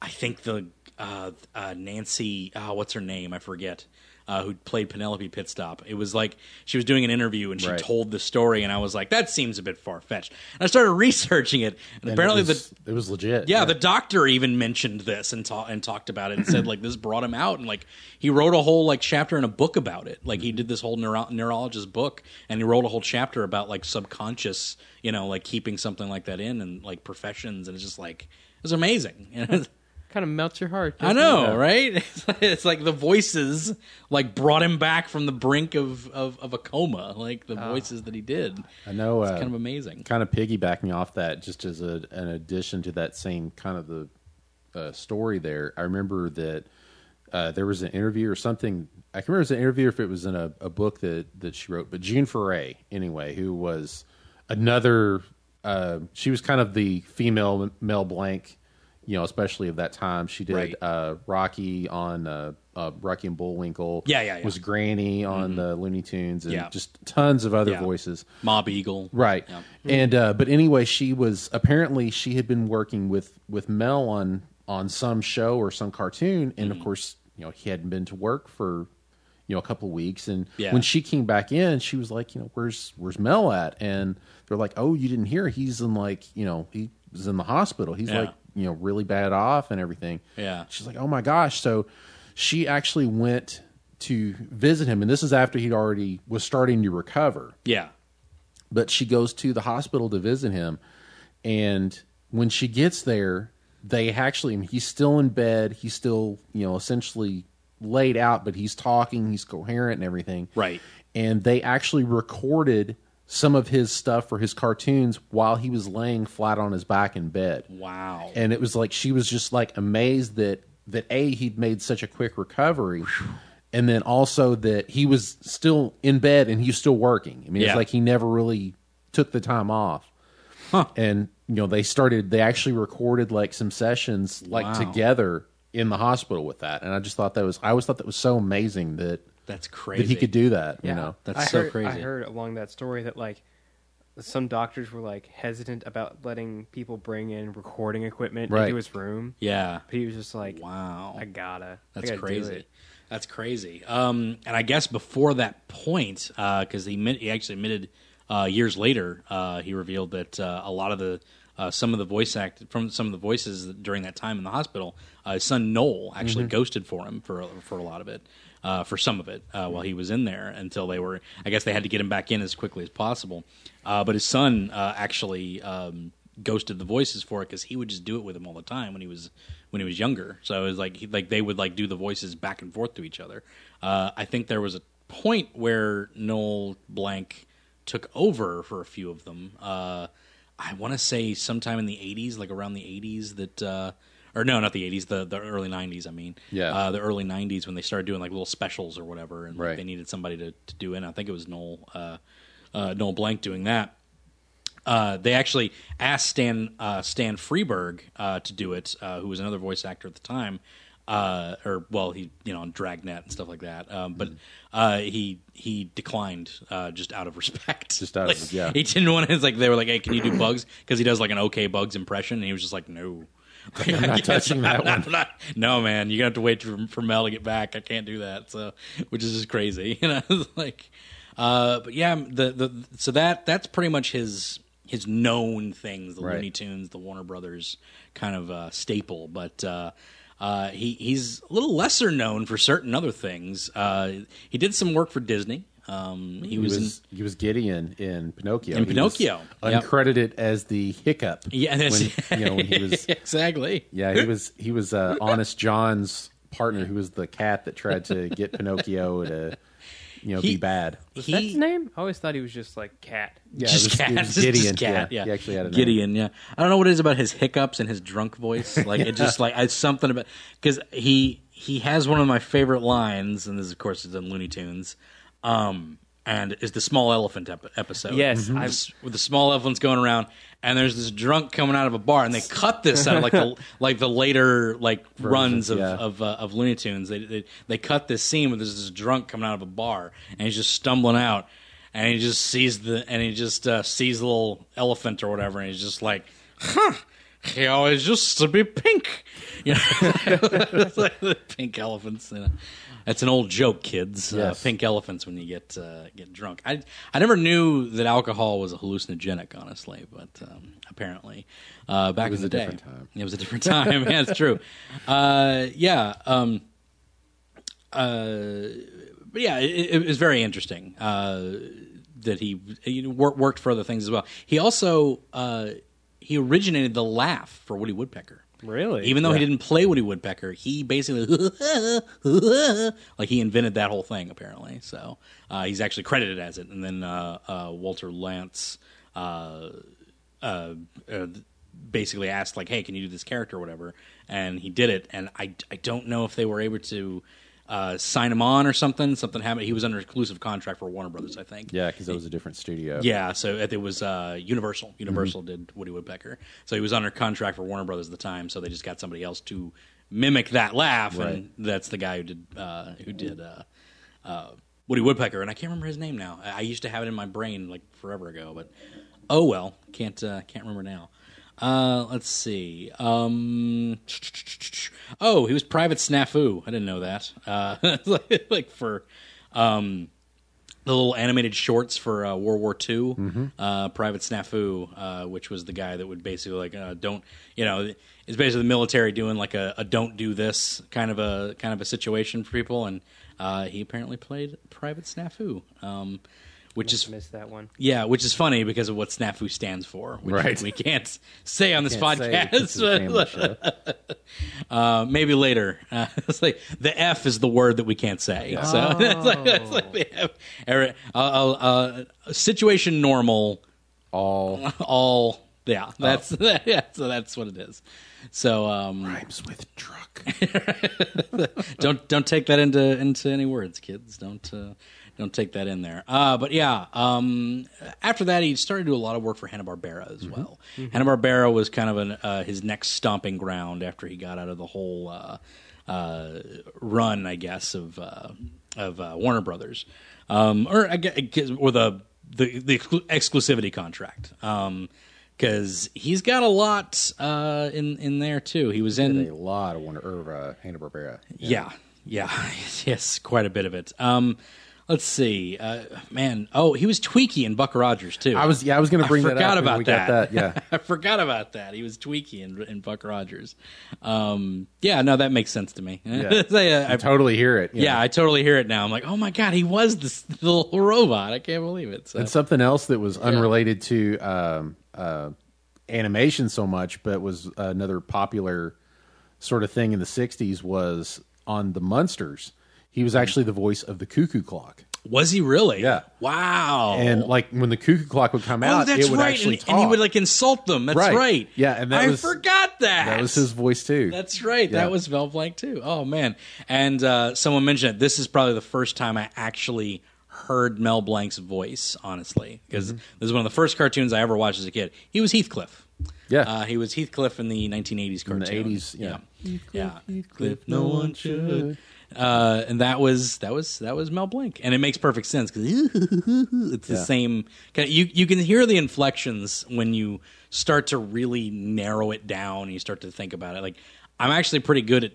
I think the uh, uh, Nancy, oh, what's her name? I forget. Uh, who played Penelope Pitstop? It was like she was doing an interview and she Right. told the story, and I was like, "That seems a bit far fetched." And I started researching it, and, And apparently it was, the it was legit. yeah, the doctor even mentioned this and ta- and talked about it and said like this brought him out and like he wrote a whole like chapter in a book about it. Like he did this whole neuro- neurologist book and he wrote a whole chapter about like subconscious, you know, like keeping something like that in and like professions and it's just like it was amazing. And it's- Kind of melts your heart. I doesn't know, it? right? It's like, it's like the voices like brought him back from the brink of of, of a coma, like the voices that he did. I know. Uh, Kind of amazing. kind of piggybacking off that, just as a, an addition to that same kind of the uh, story there, I remember that uh, there was an interview or something. I can remember it was an interview if it was in a, a book that, that she wrote, but June Foray, anyway, who was another, uh, she was kind of the female Mel Blanc, you know, especially of that time. She did Right. uh, Rocky on uh, uh, Rocky and Bullwinkle. Yeah, yeah, yeah. Was Granny on the Looney Tunes and Yeah. just tons of other Yeah. voices. Mob Eagle. Right. Yeah. And uh, but anyway, she was apparently she had been working with with Mel on on some show or some cartoon, and Mm-hmm. of course, you know, he hadn't been to work for you know a couple of weeks. And Yeah. when she came back in, she was like, you know, where's where's Mel at? And they're like, oh, you didn't hear? He's in like you know he was in the hospital. He's Yeah. like you know really bad off and everything. Yeah. She's like, oh my gosh. So she actually went to visit him, and this is after he'd already was starting to recover Yeah. but she goes to the hospital to visit him and when she gets there they actually and he's still in bed he's still you know essentially laid out but he's talking he's coherent and everything Right. and they actually recorded some of his stuff for his cartoons while he was laying flat on his back in bed Wow. and it was like she was just like amazed that that a he'd made such a quick recovery and then also that he was still in bed and he was still working i mean Yeah. it's like he never really took the time off and you know they started they actually recorded like some sessions like Wow. together in the hospital with that and i just thought that was i always thought that was so amazing that That's crazy. that he could do that you know That's I so heard, crazy. I heard along that story that like some doctors were like hesitant about letting people bring in recording equipment Right. into his room. Yeah. But he was just like, Wow. I gotta. I That's gotta do crazy. it. uh, That's crazy. Um, and I guess before that point, because he, admit, he actually admitted uh, years later, uh, he revealed that uh, a lot of the uh, some of the voice act from some of the voices during that time in the hospital, uh, his son Noel actually ghosted for him for for a lot of it, uh, for some of it uh, while he was in there until they were. I guess they had to get him back in as quickly as possible. Uh, but his son uh, actually. Um, ghosted the voices for it because he would just do it with him all the time when he was when he was younger. So it was like he, like they would like do the voices back and forth to each other. Uh, I think there was a point where Noel Blank took over for a few of them. Uh, I want to say sometime in the '80s, like around the '80s, that uh, or no, not the '80s, the the early '90s. I mean, Yeah. uh, the early '90s when they started doing like little specials or whatever, and like, Right. they needed somebody to, to do it. And I think it was Noel uh, uh, Noel Blank doing that uh, they actually asked Stan uh, Stan Freeberg uh, to do it, uh, who was another voice actor at the time, uh, or well, he you know on Dragnet and stuff like that. Um, but uh, he he declined uh, just out of respect. Just out of- Like, yeah. He didn't want to. Like they were like, hey, can you do Bugs? Because he does like an okay Bugs impression, and he was just like, no. I'm not touching that not- I'm not- no, man, you're gonna have to wait for, for Mel to get back. I can't do that. So, which is just crazy, you know. It's like, uh, but yeah, the the so that that's pretty much his his known things, the Right. Looney Tunes, the Warner Brothers kind of uh, staple. But uh, uh, he he's a little lesser known for certain other things. Uh, he did some work for Disney. Um, he, He was, was he was Gideon in Pinocchio. In He was Pinocchio, yep. uncredited as the hiccup. in, yeah, that's, when, you know when he was exactly. yeah he was he was uh, Honest John's partner who was the cat that tried to get Pinocchio to you know He- be bad. He, That's his name? I always thought he was just like cat. Yeah, it just was- it cat, was just- Gideon. just cat, yeah. yeah. he actually had a name. Gideon, yeah. I don't know what it is about his hiccups and his drunk voice. Like it just like it's something about because he he has one of my favorite lines, and this of course is in Looney Tunes, um, and is the small elephant ep- episode. Yes, Mhm. The I- s- with the small elephants going around, and there's this drunk coming out of a bar, and they cut this out of like the like the later like runs of yeah. of, uh, of Looney Tunes. They, they they cut this scene where there's this drunk coming out of a bar and he's just stumbling out, and he just sees the and he just uh, sees the little elephant or whatever, and he's just like, huh. He always used to be pink, you know. It's like the pink elephants. You know. That's an old joke, kids. Yes. Uh, pink elephants when you get uh, get drunk. I I never knew that alcohol was a hallucinogenic, honestly, but um, apparently, uh, back was in the a day, different time. it was a different time. yeah, it's true. Uh, yeah. Um, uh, but yeah, it, it was very interesting uh, that he, he wor- worked for other things as well. He also uh, he originated the laugh for Woody Woodpecker. Really? Even though he didn't play Woody Woodpecker, he basically like he invented that whole thing apparently. So uh, he's actually credited as it. And then uh, uh, Walter Lance uh, uh, uh, basically asked like, "Hey, can you do this character or whatever?" And he did it. And I I don't know if they were able to. Uh, sign him on or something. Something happened. He was under exclusive contract for Warner Brothers, I think. Yeah, because it was a different studio. Yeah, so it, it was uh, Universal. Universal did Woody Woodpecker, so he was under contract for Warner Brothers at the time. So they just got somebody else to mimic that laugh, and that's the guy who did uh, who did uh, uh, Woody Woodpecker. And I can't remember his name now. I, I used to have it in my brain like forever ago, but oh well, can't uh, can't remember now. Uh, let's see. Um, oh, he was Private Snafu. I didn't know that. Uh, like for the little animated shorts for uh, World War II, Mm-hmm. uh, Private Snafu, uh, which was the guy that would basically like uh, don't you know it's basically the military doing like a, a don't do this kind of a kind of a situation for people, and uh, he apparently played Private Snafu, um, which is Missed that one. yeah, which is funny because of what Snafu stands for, which Right. we can't say on this Can't say podcast. it's a family show. Uh, maybe later. Uh, it's like the F is the word that we can't say. So it's like, it's like the F. Eric- Uh, uh, uh, situation normal. All All yeah. That's yeah. So that's what it is. So um, rhymes with truck. don't don't take that into into any words, kids. Don't uh, don't take that in there. Uh, but yeah, um, after that, he started to do a lot of work for Hanna Barbera as well. Hanna Barbera was kind of an, uh, his next stomping ground after he got out of the whole uh, uh, run, I guess, of uh, of uh, Warner Brothers, um, or I guess, or the the, the exclu- exclusivity contract. Um, because he's got a lot uh, in in there too. He was in a lot of Warner or uh, Hanna Barbera. yeah, yeah, yes, quite a bit of it. Um, Let's see, uh, man. Oh, he was Tweaky in Buck Rogers too. I was yeah, I was going to I bring that forgot up. when about we got that. Yeah. I forgot about that. He was Tweaky in, in Buck Rogers. Um, yeah, no, that makes sense to me. Yeah. I- I- I totally hear it. you yeah, know. I totally hear it now. I'm like, oh my god, he was this little robot. I can't believe it. So. And something else that was unrelated to um, uh, animation so much, but was another popular sort of thing in the '60s was on the Munsters. He Mm-hmm. was actually the voice of the cuckoo clock, was he really? Yeah. Wow. and like when the cuckoo clock would come oh, out, that's it would right. actually and, talk. and he would like insult them. That's right. Right. Yeah, and that I was- forgot that. that was his voice too. That's right. Yeah. That was Mel Blanc too. Oh man! And uh, someone mentioned it. This is probably the first time I actually heard Mel Blanc's voice, honestly, because this is one of the first cartoons I ever watched as a kid. He was Heathcliff. yeah. Uh, he was Heathcliff in the 1980s cartoon. the 80s, yeah. yeah. Heathcliff, no one should. Uh, and that was that was that was Mel Blanc, and it makes perfect sense because it's the Yeah. same. Kind of, you you can hear the inflections when you start to really narrow it down. and You start to think about it. Like I'm actually pretty good at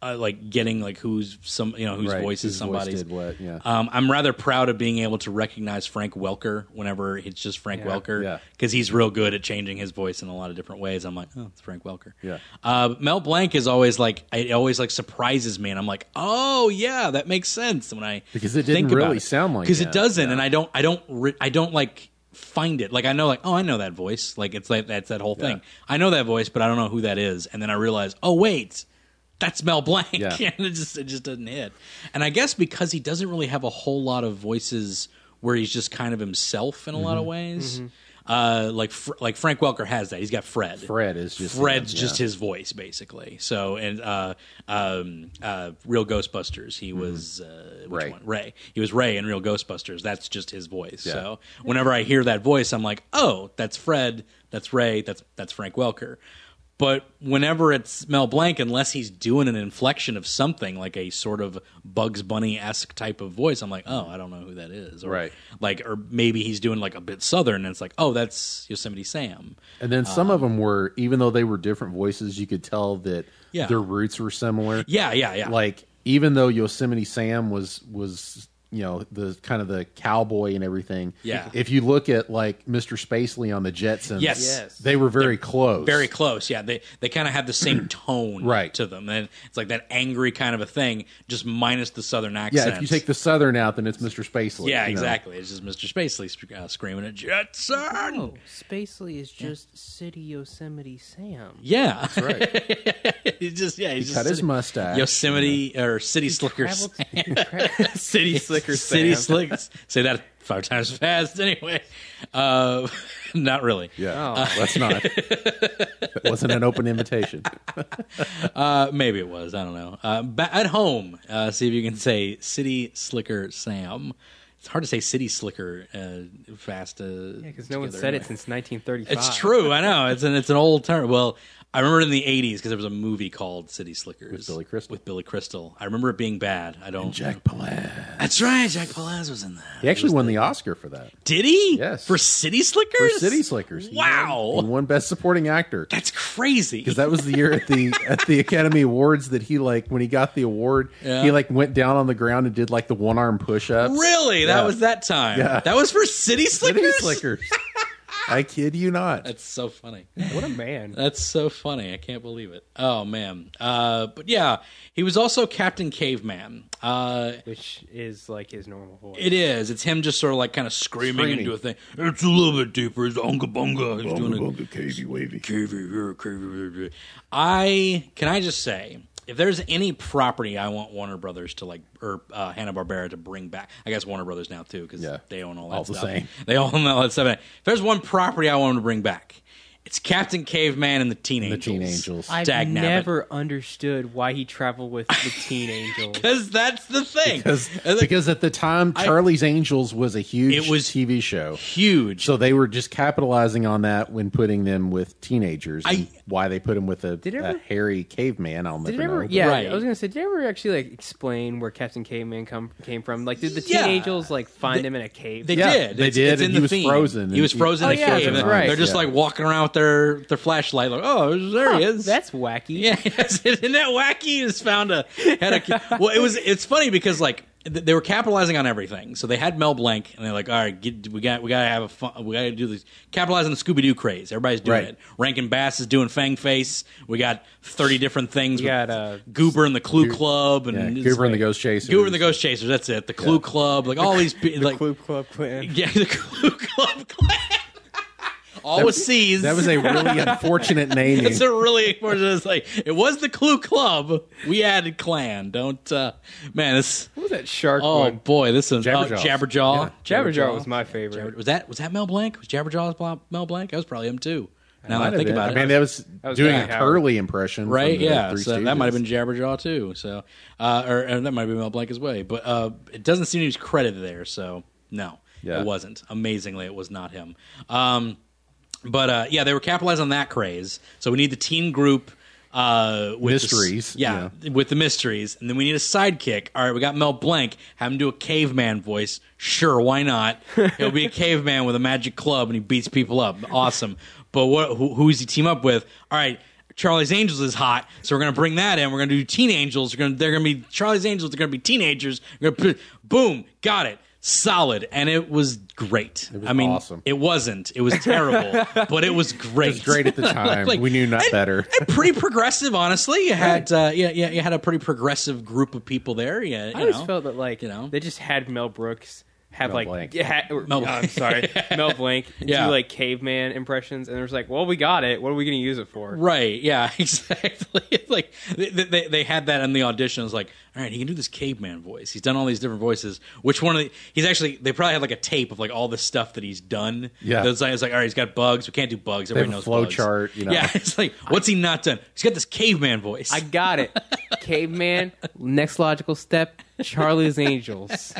uh, like getting like who's some you know whose Right, voice is whose voice somebody's. did what, yeah. Um, I'm rather proud of being able to recognize Frank Welker whenever it's just Frank Welker yeah. because he's real good at changing his voice in a lot of different ways. I'm like, oh, it's Frank Welker. Yeah. Uh, Mel Blanc is always like, it always like surprises me, and I'm like, oh yeah, that makes sense when I Because it didn't think about really it. sound like because it that. doesn't, and I don't, I don't, re- I don't like find it. Like I know, like oh, I know that voice. Like it's like that's that whole thing. I know that voice, but I don't know who that is. And then I realize, oh wait. That's Mel Blanc, Yeah. and it just it just doesn't hit. And I guess because he doesn't really have a whole lot of voices where he's just kind of himself in a Mm-hmm. lot of ways. Uh, like Fr- like Frank Welker has that. He's got Fred. Fred is just Fred's yeah. just his voice, basically. So, and uh, um, uh, Real Ghostbusters, he Mm-hmm. was uh, which Ray. One? Ray. He was Ray in Real Ghostbusters. That's just his voice. So, whenever I hear that voice, I'm like, oh, that's Fred. That's Ray. That's that's Frank Welker. But whenever it's Mel Blanc, unless he's doing an inflection of something like a sort of Bugs Bunny esque type of voice, I'm like, oh, I don't know who that is, or Right. like, or maybe he's doing like a bit Southern, and it's like, oh, that's Yosemite Sam. And then some um, of them were, even though they were different voices, you could tell that Yeah. their roots were similar. Yeah, yeah, yeah. Like even though Yosemite Sam was was you know the kind of the cowboy and everything. Yeah. If you look at like Mr. Spacely on the Jetsons, Yes. Yes. they were very close. Very close, yeah. They they kind of have the same tone Right. to them, and it's like that angry kind of a thing, just minus the southern Yeah. accent. If you take the Southern out, then it's Mr. Spacely. yeah, you know. exactly. It's just Mr. Spacely sc- uh, screaming at Jetson. Oh, Spacely is just City Yosemite Sam. Yeah, Right. he's just yeah, he's just Cut his sitting- mustache. Yosemite or City Slickers. City Slicker City Slickers. Say that five times fast. Anyway, uh, not really. Yeah. That's not. that wasn't an open invitation. Uh, maybe it was. I don't know. Uh, ba- at home, uh, see if you can say City Slicker Sam. It's hard to say City Slicker uh, fast. Uh, Because no one together, said it anyway. since 1935. It's true. I know. It's an it's an old term. Well, I remember in the '80s because there was a movie called City Slickers with Billy Crystal. With Billy Crystal, I remember it being bad. I don't. Jack Palance. That's right. Jack Palaz was in that. He actually won the Oscar for that. Did he? Yes. For City Slickers. For City Slickers. He won- Wow. He won Best Supporting Actor. That's crazy. because that was the year at the at the Academy Awards that he like when he got the award, Yeah. he like went down on the ground and did like the one arm push ups. Really? That was that time. Yeah. That was for City Slickers. slickers. I kid you not. That's so funny. What a man. That's so funny. I can't believe it. Oh man. Uh, but yeah, he was also Captain Caveman. Uh, Which is like his normal voice. it is. It's him just sort of like kind of screaming, Screaming. into a thing. It's a little bit deeper. It's unga bunga. He's doing a cavey wavy. cavey here, cavey there. I can I just say. If there's any property I want Warner Brothers to like, or uh, Hanna Barbera to bring back, I guess Warner Brothers now too because Yeah. they own all that All the stuff. same. They own all that stuff. If there's one property I want them to bring back, it's Captain Caveman and the Teen The Angels. Teen Angels. I've Dag nabbit. never understood why he traveled with the Teen Angels. Because that's the thing. Because, And, like, because at the time, Charlie's Angels was a huge It was TV show. huge. So they were just capitalizing on that when putting them with teenagers. and I- why they put him with a, it a ever- hairy caveman, I'll never Did it ever? know. Yeah, Right. I was gonna say, did it ever actually like explain where Captain Caveman come came from? Like, did the Yeah. Teen Angels like find him in a cave? they Yeah, did. they It's- did, It's in and the he was theme. frozen, He and was he- frozen Oh, in a yeah, cave. that's and right. They're just Yeah. like walking around with their, their flashlight, like, oh, there he Huh, is. That's wacky. yeah, isn't that wacky? He just found a had a well. It was it's funny because like th- they were capitalizing on everything. So they had Mel Blanc, and they're like, "All right, get, we got we got to have a fun, we got to do this." Capitalize on the Scooby Doo craze. Everybody's doing Right. it. Rankin Bass is doing Fang Face. We got thirty different things. You with got, uh, Goober and the Clue Club, and Yeah, it's Goober and like- the Ghost Chasers. Goober and the Ghost Chasers. That's it. The Clue Club, like all these pe- like Club Club Clan. yeah, the Clue Club clan. all with C's. That was a really unfortunate naming. That's a really important. It's like it was the Clue Club. We added clan. Don't uh man. This What was that shark oh one? boy, this one's oh, Jabberjaws. Jabberjaw. Jabberjaw was my favorite. Jabber- was that was that Mel Blanc? Was Jabberjaw's Bla- Mel Blanc? That was probably him too. Now that I think about I it, mean, that was, was doing Guy a Howard. curly impression, from right? the Yeah, Three so that might have Stooges. been Jabberjaw too. So uh, or, or that might be Mel Blanc's way, but uh, it doesn't seem he was credited there. So no, Yeah. it wasn't. Amazingly, it was not him. Um, but uh, yeah, they were capitalized on that craze. So we need the teen group uh, with the s- Mysteries, yeah, with the mysteries, and then we need a sidekick. All right, we got Mel Blanc. Have him do a caveman voice. Sure, why not? He'll be a caveman with a magic club, and he beats people up. Awesome. But what? Who, who does he team up with? All right. Charlie's Angels is hot, so we're gonna bring that in. We're gonna do Teen Angels. We're gonna, they're gonna be Charlie's Angels. They're gonna be teenagers. We're gonna put, boom, got it, solid, and it was great. I mean, awesome. it wasn't. It was terrible, but it was It great. was great at the time. Like- we knew not better. And pretty progressive, honestly. You had uh, yeah, yeah, you had a pretty progressive group of people there. Yeah, you I always know. felt that like you know. they just had Mel Brooks have Mel like Blanc. yeah, ha- or- Mel- oh, I'm sorry, Mel Blanc Yeah. do like caveman impressions, and there's like, well, we got it. What are we going to use it for? Right. Yeah. Exactly. It's like they, they they had that in the audition. It's like, all right, he can do this caveman voice. He's done all these different voices. Which one of the? He's actually they probably had like a tape of like all the stuff that he's done. Yeah. It's like, it's like, all right, he's got bugs. We can't do bugs. have Everybody a knows flow bugs. chart, you know. Yeah. It's like what's he not done? He's got this caveman voice. I got it. caveman. Next logical step: Charlie's Angels.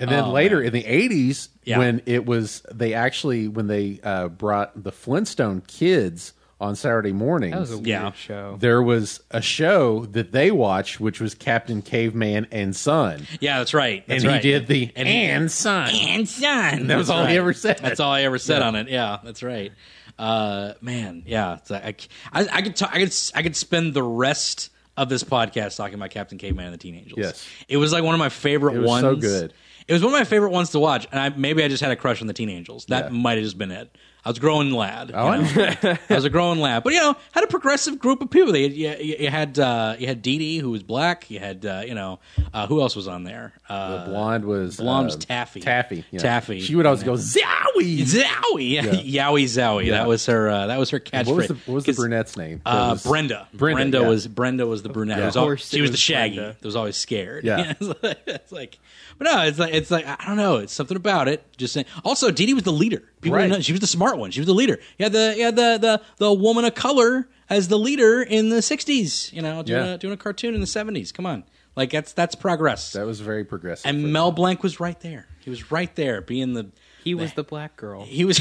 And Oh, then later in the eighties, Yeah. when it was they actually when they uh, brought the Flintstone kids on Saturday mornings, That was a weird Yeah. show. there was a show that they watched, which was Captain Caveman and Son, yeah. That's right. That's and right. he did the And and, he- Son. and son. that was all he ever said. That's all I ever said on it. Yeah, that's right. Uh, man, yeah, it's like- I, c- I- I could talk, I could s- I could spend the rest of this podcast talking about Captain Caveman and the Teen Angels. Yes. it was like one of my favorite It was ones. so good. It was one of my favorite ones to watch, and I, maybe I just had a crush on the Teen Angels. That Yeah. might have just been it. I was a growing lad. Oh, you know? I was a growing lad, but you know, had a progressive group of people. They, you, you you had uh, you had Dee Dee, who was black. You had uh, you know uh, who else was on there? Uh, The blonde was Blonde was uh, Taffy. Taffy. yeah. Taffy. She would always Yeah. go zowie. Zowie, yeah. Yowie Zowie. Yeah. That was her. Uh, that was her catchphrase. What was the what was the 'Cause, brunette's name? That Uh, was- Brenda. Brenda. Brenda, yeah. was Brenda was the brunette. It was Of al- course she it was the was shaggy. Brenda. That was always scared. Yeah. it's, like, it's like- but no, it's like it's like I don't know. It's something about it. Just saying. Also, Dee Dee was the leader. People Right. didn't know she was the smart one. She was the leader. Yeah, the yeah the the the woman of color as the leader in the '60s. You know, doing Yeah. a doing a cartoon in the '70s. Come on, like that's that's progress. That was very progressive. and for- Mel Blanc was right there. He was right there, being the He was the black girl. he was.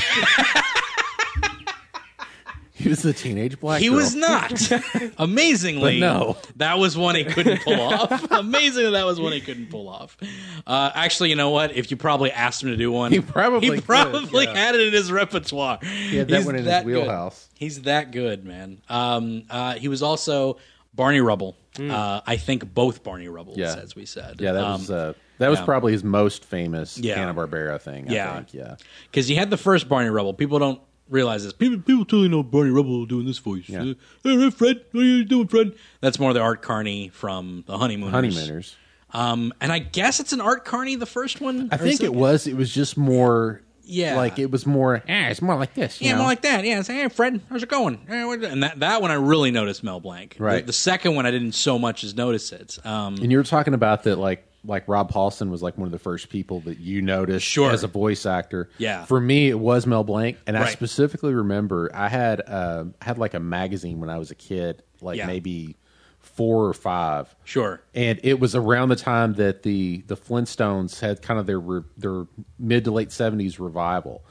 he was the teenage black. He girl. was not. Amazingly, But no. that was one he couldn't pull off. Amazingly, that was one he couldn't pull off. Uh, actually, you know what? If you probably asked him to do one, He probably he could, probably yeah. had it in his repertoire. He had that one in his wheelhouse. He's that good, man. Um, uh, he was also Barney Rubble. Uh, I think both Barney Rubbles, Hmm. Yeah. as we said. Yeah, that Um, was uh, that was yeah. probably his most famous Yeah. Hanna Barbera thing. I Yeah. think. yeah. because he had the first Barney Rubble. People don't realize this. People people totally know Barney Rubble doing this voice. Yeah. Hey, hey, Fred, what are you doing, Fred? That's more the Art Carney from the Honeymooners. Honeymooners. Um, and I guess it's an Art Carney, the first one. I or think so- it was. It was just more. Yeah. like it was more. Eh, it's more like this. you Yeah, know? more like that. Yeah, it's, hey, Fred, how's it going? Hey, what- And that, that one I really noticed Mel Blanc. Right. The, the second one I didn't so much as notice it. Um, And you were talking about that, like like Rob Paulson was like one of the first people that you noticed Sure. as a voice actor. Yeah. For me, it was Mel Blanc, and I Right. specifically remember I had uh, had like a magazine when I was a kid, like Yeah. maybe four or five. Sure. And it was around the time that the the Flintstones had kind of their re, their mid to late seventies revival,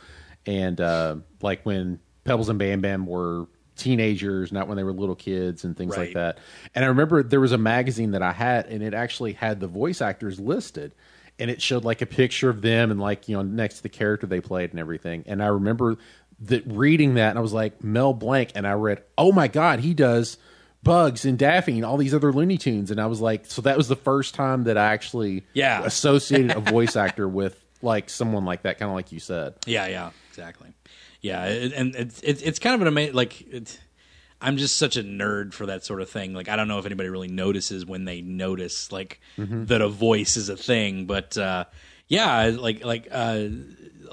and uh, like when Pebbles and Bam Bam were teenagers, not when they were little kids and things Right. like that. And I remember there was a magazine that I had, and it actually had the voice actors listed, and it showed like a picture of them and like you know next to the character they played and everything. And I remember that reading that, and I was like Mel Blanc, and I read, oh my god, he does Bugs and Daffy and all these other Looney Tunes, and I was like, so that was the first time that I actually Yeah. associated a voice actor with like someone like that, kind of like you said. Yeah, yeah, exactly. Yeah, it, and it's it's it's kind of an amazing like it's, I'm just such a nerd for that sort of thing. Like I don't know if anybody really notices when they notice like that a voice is a thing, but uh, yeah, like like uh, li-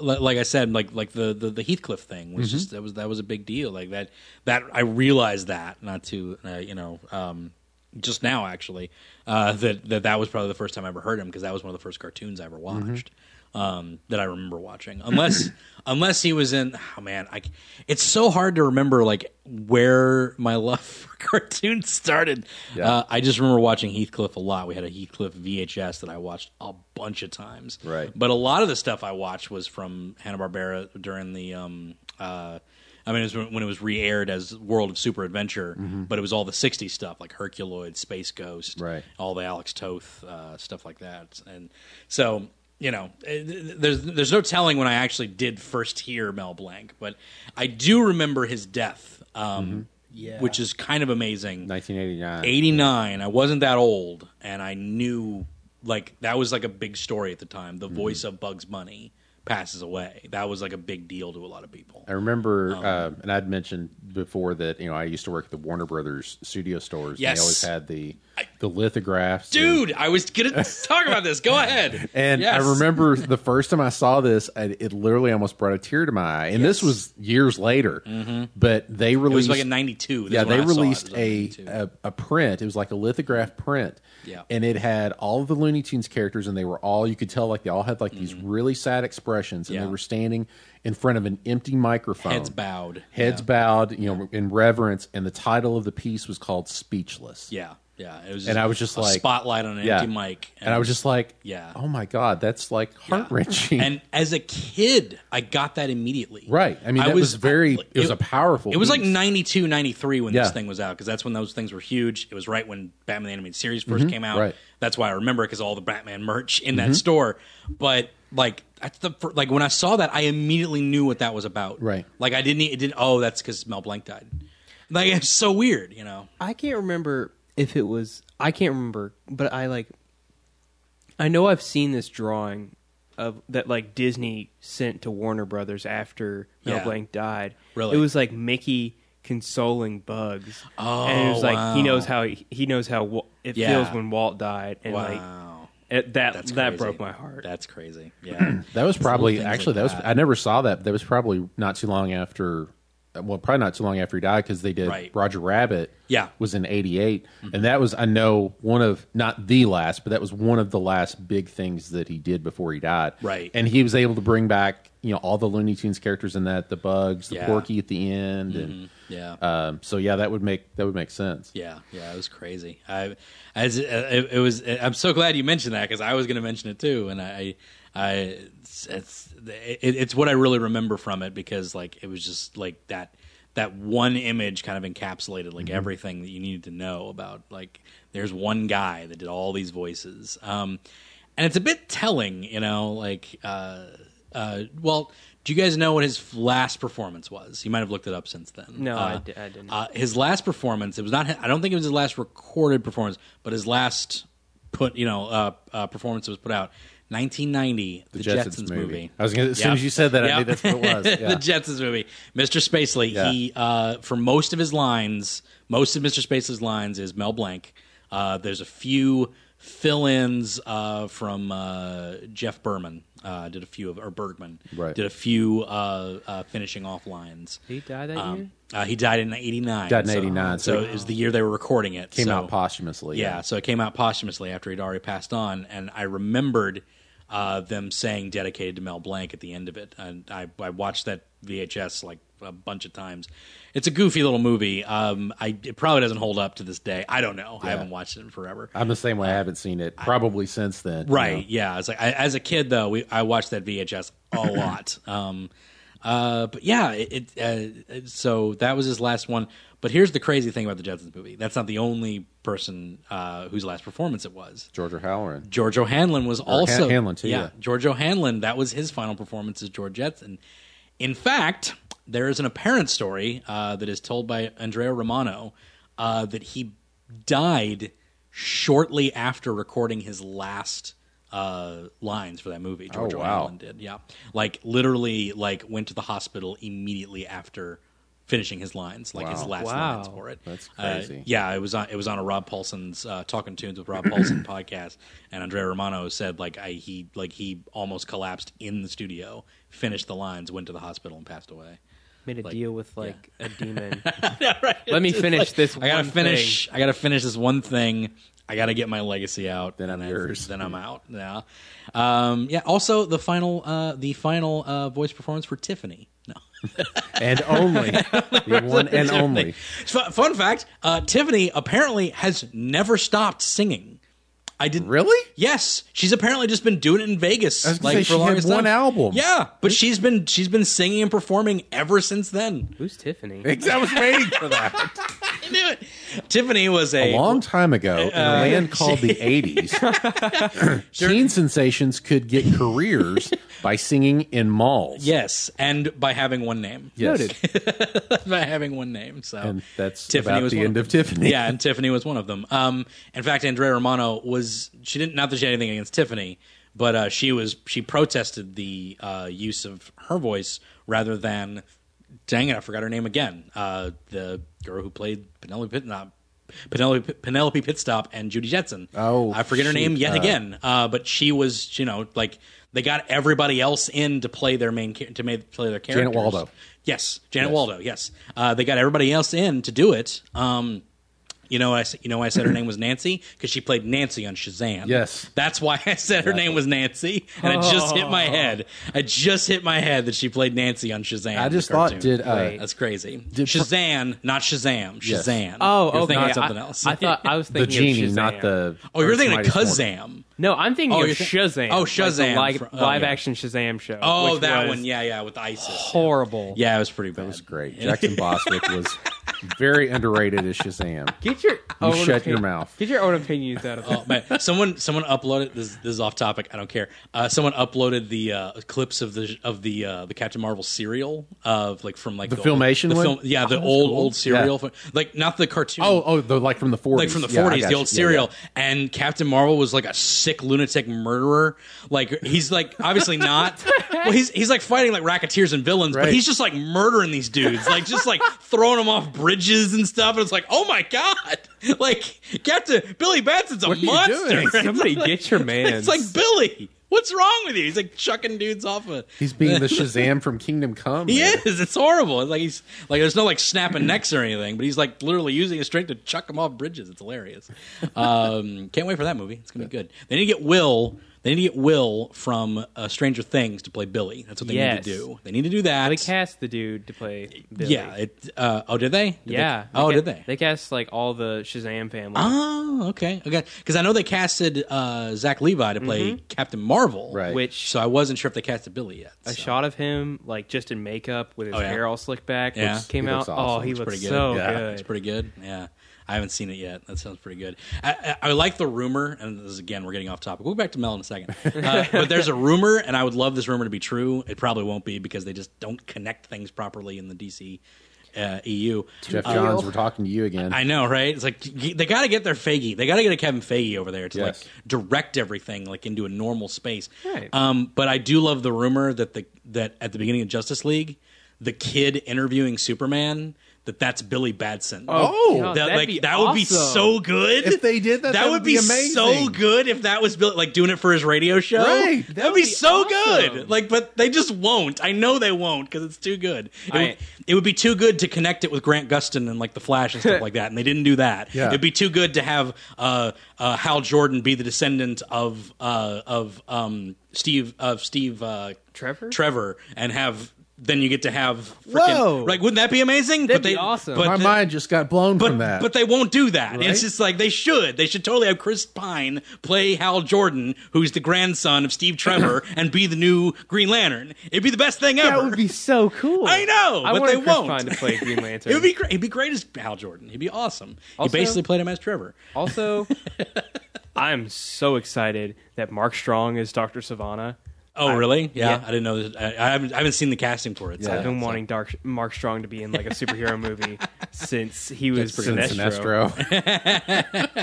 like I said, like like the the, the Heathcliff thing was just that was that was a big deal. Like that that I realized that not to uh, you know. Um, just now, actually, uh, that that that was probably the first time I ever heard him because that was one of the first cartoons I ever watched um, that I remember watching. Unless unless he was in oh man, I, c- it's so hard to remember like where my love for cartoons started. Uh, I just remember watching Heathcliff a lot. We had a Heathcliff VHS that I watched a bunch of times. Right. But a lot of the stuff I watched was from Hanna Barbera during the. Um, uh, I mean, it was when when it was re-aired as World of Super Adventure, but it was all the '60s stuff like Herculoid, Space Ghost, Mm-hmm. Right. all the Alex Toth uh, stuff like that. And so, you know, eh, th- th- there's there's no telling when I actually did first hear Mel Blanc, but I do remember his death, um, Mm-hmm. Yeah. which is kind of amazing. 1989. 89 i wasn't that old and i knew like that was like a big story at the Mm-hmm. time the voice of bugs bunny passes away that was like a big deal to a lot of people I remember, um, and I'd mentioned before that you know I used to work at the Warner Brothers studio stores. and Yes. they always had the the lithographs, and- dude i was gonna talk about this go ahead And Yes. I remember the first time I saw this, I, it literally almost brought a tear to my eye. And this was years later, but they Mm-hmm. it was released like in 92 This yeah is when they I saw it. It released was like a, 92. a a print. It was like a lithograph print, Yeah. and it had all of the Looney Tunes characters, and they were all you could tell like they all had like these really sad expressions, and Mm-hmm. Yeah. they were standing in front of an empty microphone, heads bowed heads bowed, you know, in reverence. And the title of the piece was called "Speechless." yeah yeah it was And I was just a like- spotlight on an Yeah. empty mic and I was just like, Yeah. oh my god, that's like heart wrenching." and as a kid i got that immediately Right. I mean, that was very- it was a powerful it was like piece. 92 93 when Yeah. this thing was out because that's when those things were huge it was right when batman the animated series 1st came out Mm-hmm. right. Mm-hmm. that's why i remember because all the batman merch in that store but like that's the fir- like when i saw that i immediately knew what that was about Right. like i didn't it didn't oh that's because mel blanc died like it's so weird you know I can't remember if it was. I can't remember, but I like. I know I've seen this drawing of that like Disney sent to Warner Brothers after Mel Yeah. Blanc died. Really? it was like Mickey consoling Bugs. Oh, and it was like he wow. knows how he, he knows how Wa- it Yeah. feels when Walt died, and like wow it, that that's that crazy. broke my heart. that's crazy yeah That was probably things actually like that was that. I never saw that. But that was probably not too long after. Well, probably not too long after he died because they did Right. Roger Rabbit. Yeah. Mm-hmm. was in '88, and that was I know one of not the last, but that was one of the last big things that he did before he died. Right. and he was able to bring back you know all the Looney Tunes characters in that, the Bugs, the Yeah. Porky at the end, and yeah um, so yeah, that would make that would make sense. Yeah, yeah, it was crazy. I, as uh, it, it was, I'm so glad you mentioned that because I was going to mention it too, and I, I, it's, it's, it, it's what I really remember from it because like it was just like that, that one image kind of encapsulated like everything that you needed to know about. Like, there's one guy that did all these voices, um, and it's a bit telling, you know, like, uh, uh, well. Do you guys know what his last performance was? You might have looked it up since then. No, I Uh, di- I didn't. uh, his last performance, it was not. I don't think it was his last recorded performance, but his last put, you know, uh, uh, performance that was put out 1990, the, Jetsons, movie. I was gonna, as soon Yep. as you said that, I Yep. knew that's what it was. Yeah. the Jetsons movie, Mr. Spacely. Yeah. He uh, for most of his lines, most of Mr. Spacely's lines is Mel Blanc. Uh, there's a few fill-ins uh, from uh, Jeff Berman. Uh, did a few of or Bergman Right. did a few uh, uh, finishing off lines. Did he die that year? Uh, he died in '89. Died in so- 89, So, so it was the year they were recording it. Came so- out posthumously. Yeah, so it came out posthumously after he'd already passed on, and I remembered uh, them saying "dedicated to Mel Blanc" at the end of it, and I, I watched that VHS like a bunch of times. It's a goofy little movie. Um, I it probably doesn't hold up to this day. I don't know. I haven't watched it in forever. I'm the same way. I haven't seen it probably since then. you know. Right. Yeah. It's like I, as a kid though, we I watched that VHS a lot. um, uh, but yeah, it, it, uh, it- so that was his last one. But here's the crazy thing about the Jetsons movie. That's not the only person uh, whose last performance it was. George O'Halloran. George O'Hanlon was also Hanlon, too, yeah. George O'Hanlon. That was his final performance as George Jetson. In fact, there is an apparent story uh, that is told by Andrea Romano uh, that he died shortly after recording his last uh, lines for that movie. George Oh, wow. O'Hanlon did, yeah. Like literally, like went to the hospital immediately after finishing his lines, like his last Wow. lines for it. That's Uh, crazy. yeah, it was on it was on a Rob Paulson's uh, Talking Tunes with Rob Paulson podcast, and Andrea Romano said like I he like he almost collapsed in the studio, finished the lines, went to the hospital, and passed away. Made a Like, deal with like a demon. right. Let me finish this. I gotta one finish. I gotta finish this one thing. I gotta get my legacy out. Then I'm and yours. Then I'm out. Yeah. Um, yeah. Also, the final, uh, the final uh, voice performance for Tiffany. No. and only the one and only. F- Fun fact: uh, Tiffany apparently has never stopped singing. I did Really? Yes, she's apparently just been doing it in Vegas. I was gonna say, like for she the had longest one time. album. Yeah, but she's been she's been singing and performing ever since then. thing. Who's Tiffany? I was waiting for that. I knew it. Tiffany was A long time ago, in Uh, a land called the 80s, teen sensations could get careers by singing in malls. Yes, and by having one name. Yes. by having one name. So And that's Tiffany about was the one end of, of Tiffany. Yeah, and Tiffany was one of them. Um, in fact, Andrea Romano was she didn't not that she had anything against Tiffany, but uh, she was she protested the uh, use of her voice rather than dang it, I forgot her name again. Uh, the girl who played Penelope Pit, not Penelope Penelope Pitstop and Judy Jetson. Oh, I forget her shoot, name yet uh, again. Uh, but she was you know like. They got everybody else in to play their main cha- to ma- play their characters. Waldo. Yes, Janet Waldo. Yes, uh, they got everybody else in to do it. Um, you know, I s- you know why I said her name was Nancy because she played Nancy on Shazam. Yes. that's why I said her name was Nancy, and it just hit Oh. my head. I just hit my head that she played Nancy on Shazam. I just the thought, cartoon. did uh, Wait. that's crazy. did- Shazam, not Shazam. Yes. Shazam. Oh, you're okay. thinking I- of something else. I thought I was the thinking genie, of Shazam. not the. oh, you're Earth's thinking of Mightiest Mortal. Kazam. No, I'm thinking Oh, of you're thi- Shazam. oh, like the Shazam live, from- oh, live yeah. action Shazam show. Oh, which that was one. Yeah, yeah, with ISIS. yeah. horrible. Yeah, it was pretty bad. That was great. Jackson Boswick was very underrated as Shazam. Get your own shut your opi- mouth. Get your own opinions out of it. Oh, man. Someone someone uploaded this. This is off topic. I don't care. Uh, someone uploaded the uh, clips of the of the uh, the Captain Marvel serial of like from like the, Filmation the one? yeah, the old old serial, like not the cartoon. Oh, oh, the, like from the 40s. Like from the Yeah, I 40s, got the you. old Yeah, serial. yeah. And Captain Marvel was like a sick lunatic murderer. Like he's like obviously not. well, he's he's like fighting like racketeers and villains, but Right. he's just like murdering these dudes, like just like throwing them off bridges and stuff. And it's like, oh my god, like Captain Billy Batson's a What are you monster. doing? Somebody get your man. It's like Billy. What's wrong with you? He's like chucking dudes off of. He's being the Shazam from Kingdom Come. He man. is. It's horrible. It's like he's like there's no like snapping necks or anything, but he's like literally using his strength to chuck them off bridges. It's hilarious. Um, can't wait for that movie. It's gonna be good. They need to get Will. They need to get Will from uh, Stranger Things to play Billy. That's what they Yes. need to do. They need to do that. they cast the dude to play. Billy. Yeah. It, uh, oh, did they? Did they- yeah. oh, ca- did they? They cast like all the Shazam family. Oh, okay. Okay. Because I know they casted uh, Zach Levi to play Mm-hmm. Captain Marvel. Right. Which So I wasn't sure if they casted Billy yet. a so. shot of him like just in makeup with his Oh, yeah. hair all slicked back Yeah. which came He out. looks awesome. Oh, he Looks looks pretty good. so Yeah. good. It's pretty good. Yeah. I haven't seen it yet. That sounds pretty good. I, I, I like the rumor, and this is, again, we're getting off topic. We'll be back to Mel in a second. Uh, but there's a rumor, and I would love this rumor to be true. It probably won't be because they just don't connect things properly in the DC uh, EU. Jeff Johns, we're talking to you again. I know, right? It's like they got to get their Feige. They got to get a Kevin Feige over there to Yes. like direct everything like into a normal space. Right. Um, but I do love the rumor that the that at the beginning of Justice League, the kid interviewing Superman that that's Billy Batson. Oh, God, that that'd like be that would be awesome. so good If they did that, That that'd would be be amazing. so good if that was Billy like doing it for his radio show. Right. That'd That would be, be so awesome. good. Like, but they just won't. I know they won't because it's too good. It, I- would, it would be too good to connect it with Grant Gustin and like the Flash and stuff like that, and they didn't do that. Yeah. It'd be too good to have uh, uh, Hal Jordan be the descendant of uh, of um, Steve of Steve uh, Trevor? Trevor, and have then you get to have freaking, Whoa. like wouldn't that be amazing? That'd but they be awesome. But My the- mind just got blown but, from that. but they won't do that. Right? It's just like they should. They should totally have Chris Pine play Hal Jordan, who's the grandson of Steve Trevor, and be the new Green Lantern. It'd be the best thing ever. That would be so cool. I know, I but wanted they Chris won't. Pine to play Green Lantern. it would be great. He'd be great as Hal Jordan. He'd be awesome. Also- he basically played him as Trevor. Also, I'm so excited that Mark Strong is Doctor Savannah. Oh, really? Yeah, I didn't know. This. I, I haven't. I haven't seen the casting for it. so- I've been wanting Dark, Mark Strong to be in like a superhero movie since he was Sinestro. Sinestro.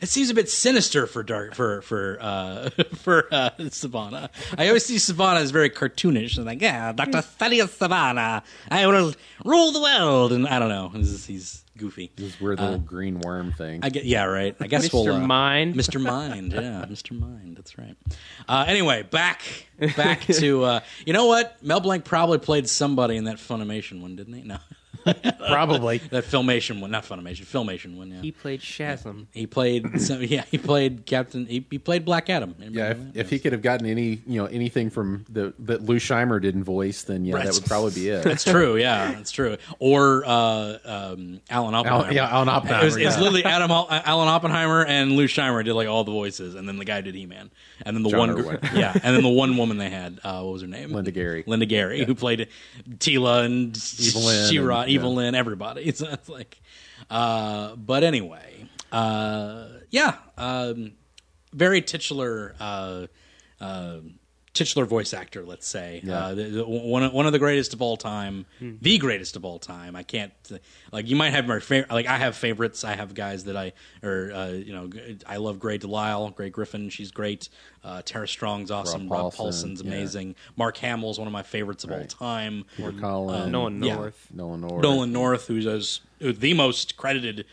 It seems a bit sinister for dark for for uh, for uh, Savannah. I always see Savannah as very cartoonish and like, yeah, Mm. Doctor Thaddeus Savannah, I will rule the world. And I don't know, he's, he's goofy. this weird little green worm thing. Uh, I get yeah, right. I guess we'll, Mr. uh, Mind. Mr. Mind, yeah, Mr. Mind. That's right. Uh, anyway, back back to uh, you know what? Mel Blanc probably played somebody in that Funimation one, didn't he? No, Probably. that Filmation one, not Funimation, Filmation one. Yeah, He he, played Shazam. played some, yeah, he played Captain. He, he played Black Adam. Remember Yeah, that? if, if he could have gotten any, you know, anything from the that Lou Scheimer didn't voice, then yeah, that Right. would probably be it. That's true. Yeah, that's true. Or uh, um, Alan Oppenheimer. Al, yeah, Alan Oppenheimer. It was, It's yeah. literally Adam, Al- Alan Oppenheimer and Lou Scheimer did like all the voices, and then the guy did He Man, and then the John one, gr- Irwin. yeah, and then the one woman they had, uh, what was her name? Linda Gary. Linda Gary, who played Tila and Lynn She-Ra, and- Evil yeah. Lynn, everybody. So it's like, uh, but anyway, uh, yeah, um, very titular. Uh, uh, titular voice actor, let's say, uh, the, the, one of- one of the greatest of all time, Hmm. the greatest of all time. I can't like you might have my favorite. Like I have favorites. I have guys that I or uh, you know g- I love Gray Delisle, Gray Griffin. She's great. Uh, Tara Strong's awesome. Rob, Paulson, Paulson's yeah. amazing. Mark Hamill's one of my favorites of all Right. time. Or Colin. Nolan yeah. North. Nolan North. Uh, Nolan North, who's as, who's the most credited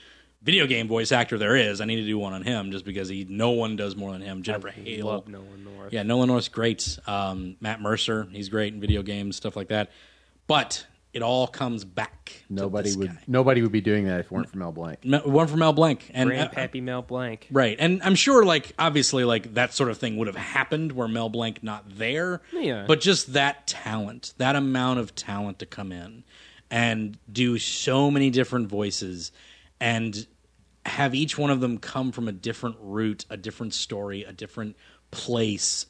video game voice actor there is. I need to do one on him just because he no one does more than him. Jennifer Hale. Love Nolan North. Yeah, Nolan North's great. Um, Matt Mercer, he's great in video games, stuff like that. But it all comes back. to Nobody this would. guy. Nobody would be doing that if it weren't for Mel Blanc. Me- One from Mel Blanc and uh, Grandpappy Mel Blanc. right, and I'm sure, like obviously, like that sort of thing would have happened where Mel Blanc not there. Yeah. But just that talent, that amount of talent to come in and do so many different voices, and have each one of them come from a different route, a different story, a different place,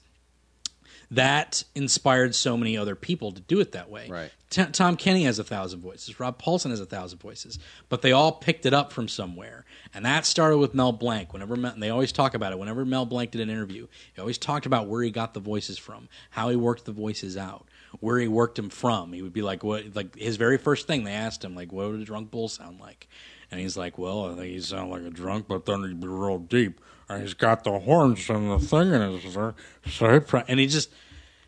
that inspired so many other people to do it that way. Right. T- Tom Kenny has a thousand voices. Rob Paulson has a thousand voices, but they all picked it up from somewhere, and that started with Mel Blanc. Whenever Mel, and they always talk about it. Whenever Mel Blanc did an interview, he always talked about where he got the voices from, how he worked the voices out, where he worked them from. He would be like, "What?" Like his very first thing they asked him, like, "What would a drunk bull sound like?" And he's like, "Well, I think he sound like a drunk, but then he'd be real deep, and he's got the horns and the thing in his ear, so he pro-" and he just."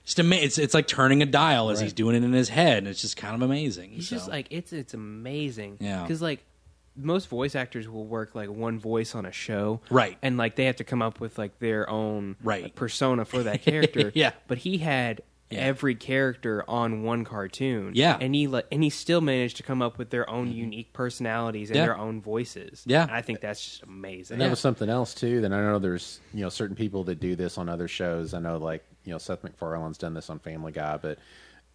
Just ama- it's it's like turning a dial as he's doing it in his head, and it's just kind of amazing. He's so. just like it's it's amazing. Yeah. Because like most voice actors will work like one voice on a show, Right. And like they have to come up with like their own Right. persona for that character. Yeah. But he had every character on one cartoon. Yeah. Mm-hmm. And he like and he still managed to come up with their own unique personalities and Yeah. their own voices. Yeah. And I think that's just amazing. And that was something else too. Then I know there's you know certain people that do this on other shows. I know like you know Seth MacFarlane's done this on Family Guy, but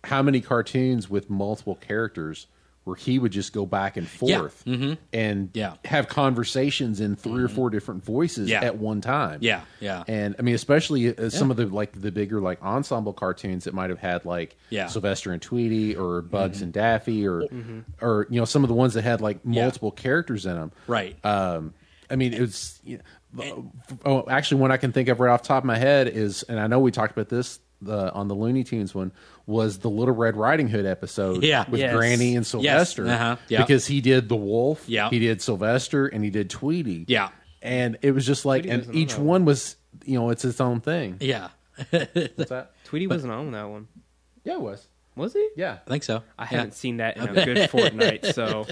how many cartoons with multiple characters where he would just go back and Yeah. Mm-hmm. forth and Yeah. Mm-hmm. have conversations in 3 or four different voices Yeah. at one time. Yeah, yeah. And I mean, especially uh, some of the like the bigger like ensemble cartoons that might have had like Yeah. Mm-hmm. Sylvester and Tweety or Bugs and Daffy or or you know some of the ones that had like multiple characters in them. right, uh, Um, I mean, it was. You know, oh, actually, one I can think of right off the top of my head is, and I know we talked about this the, on the Looney Tunes one, was the Little Red Riding Hood episode Yeah. with Yes. Granny and Sylvester. Uh-huh. Yeah. Because he did the wolf, Yeah. he did Sylvester, and he did Tweety. Yeah. And it was just like, and each one was, you know, it's its own thing. yeah, I What's that? Tweety wasn't on that one. Yeah, it was. Was he? Yeah. think so. I Yeah. haven't seen that in a good fortnight, so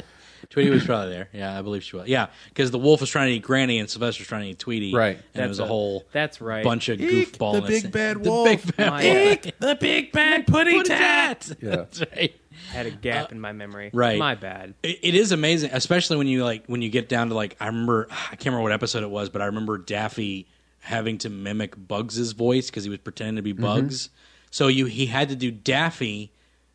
Tweety was probably there. Yeah, I believe she was. Yeah, because the wolf was trying to eat Granny, and Sylvester's trying to eat Tweety. Right. and it was a, whole that's right. bunch of Eek, goofballness. the big bad The wolf. big bad My- Eek, the big bad putty tat. Yeah. That's right. had a gap in my memory. Uh, right. My bad. It, it is amazing, especially when you like when you get down to like I remember I can't remember what episode it was, but I remember Daffy having to Mm-hmm. mimic Bugs's voice because he was pretending to be Bugs. So you he had to do Daffy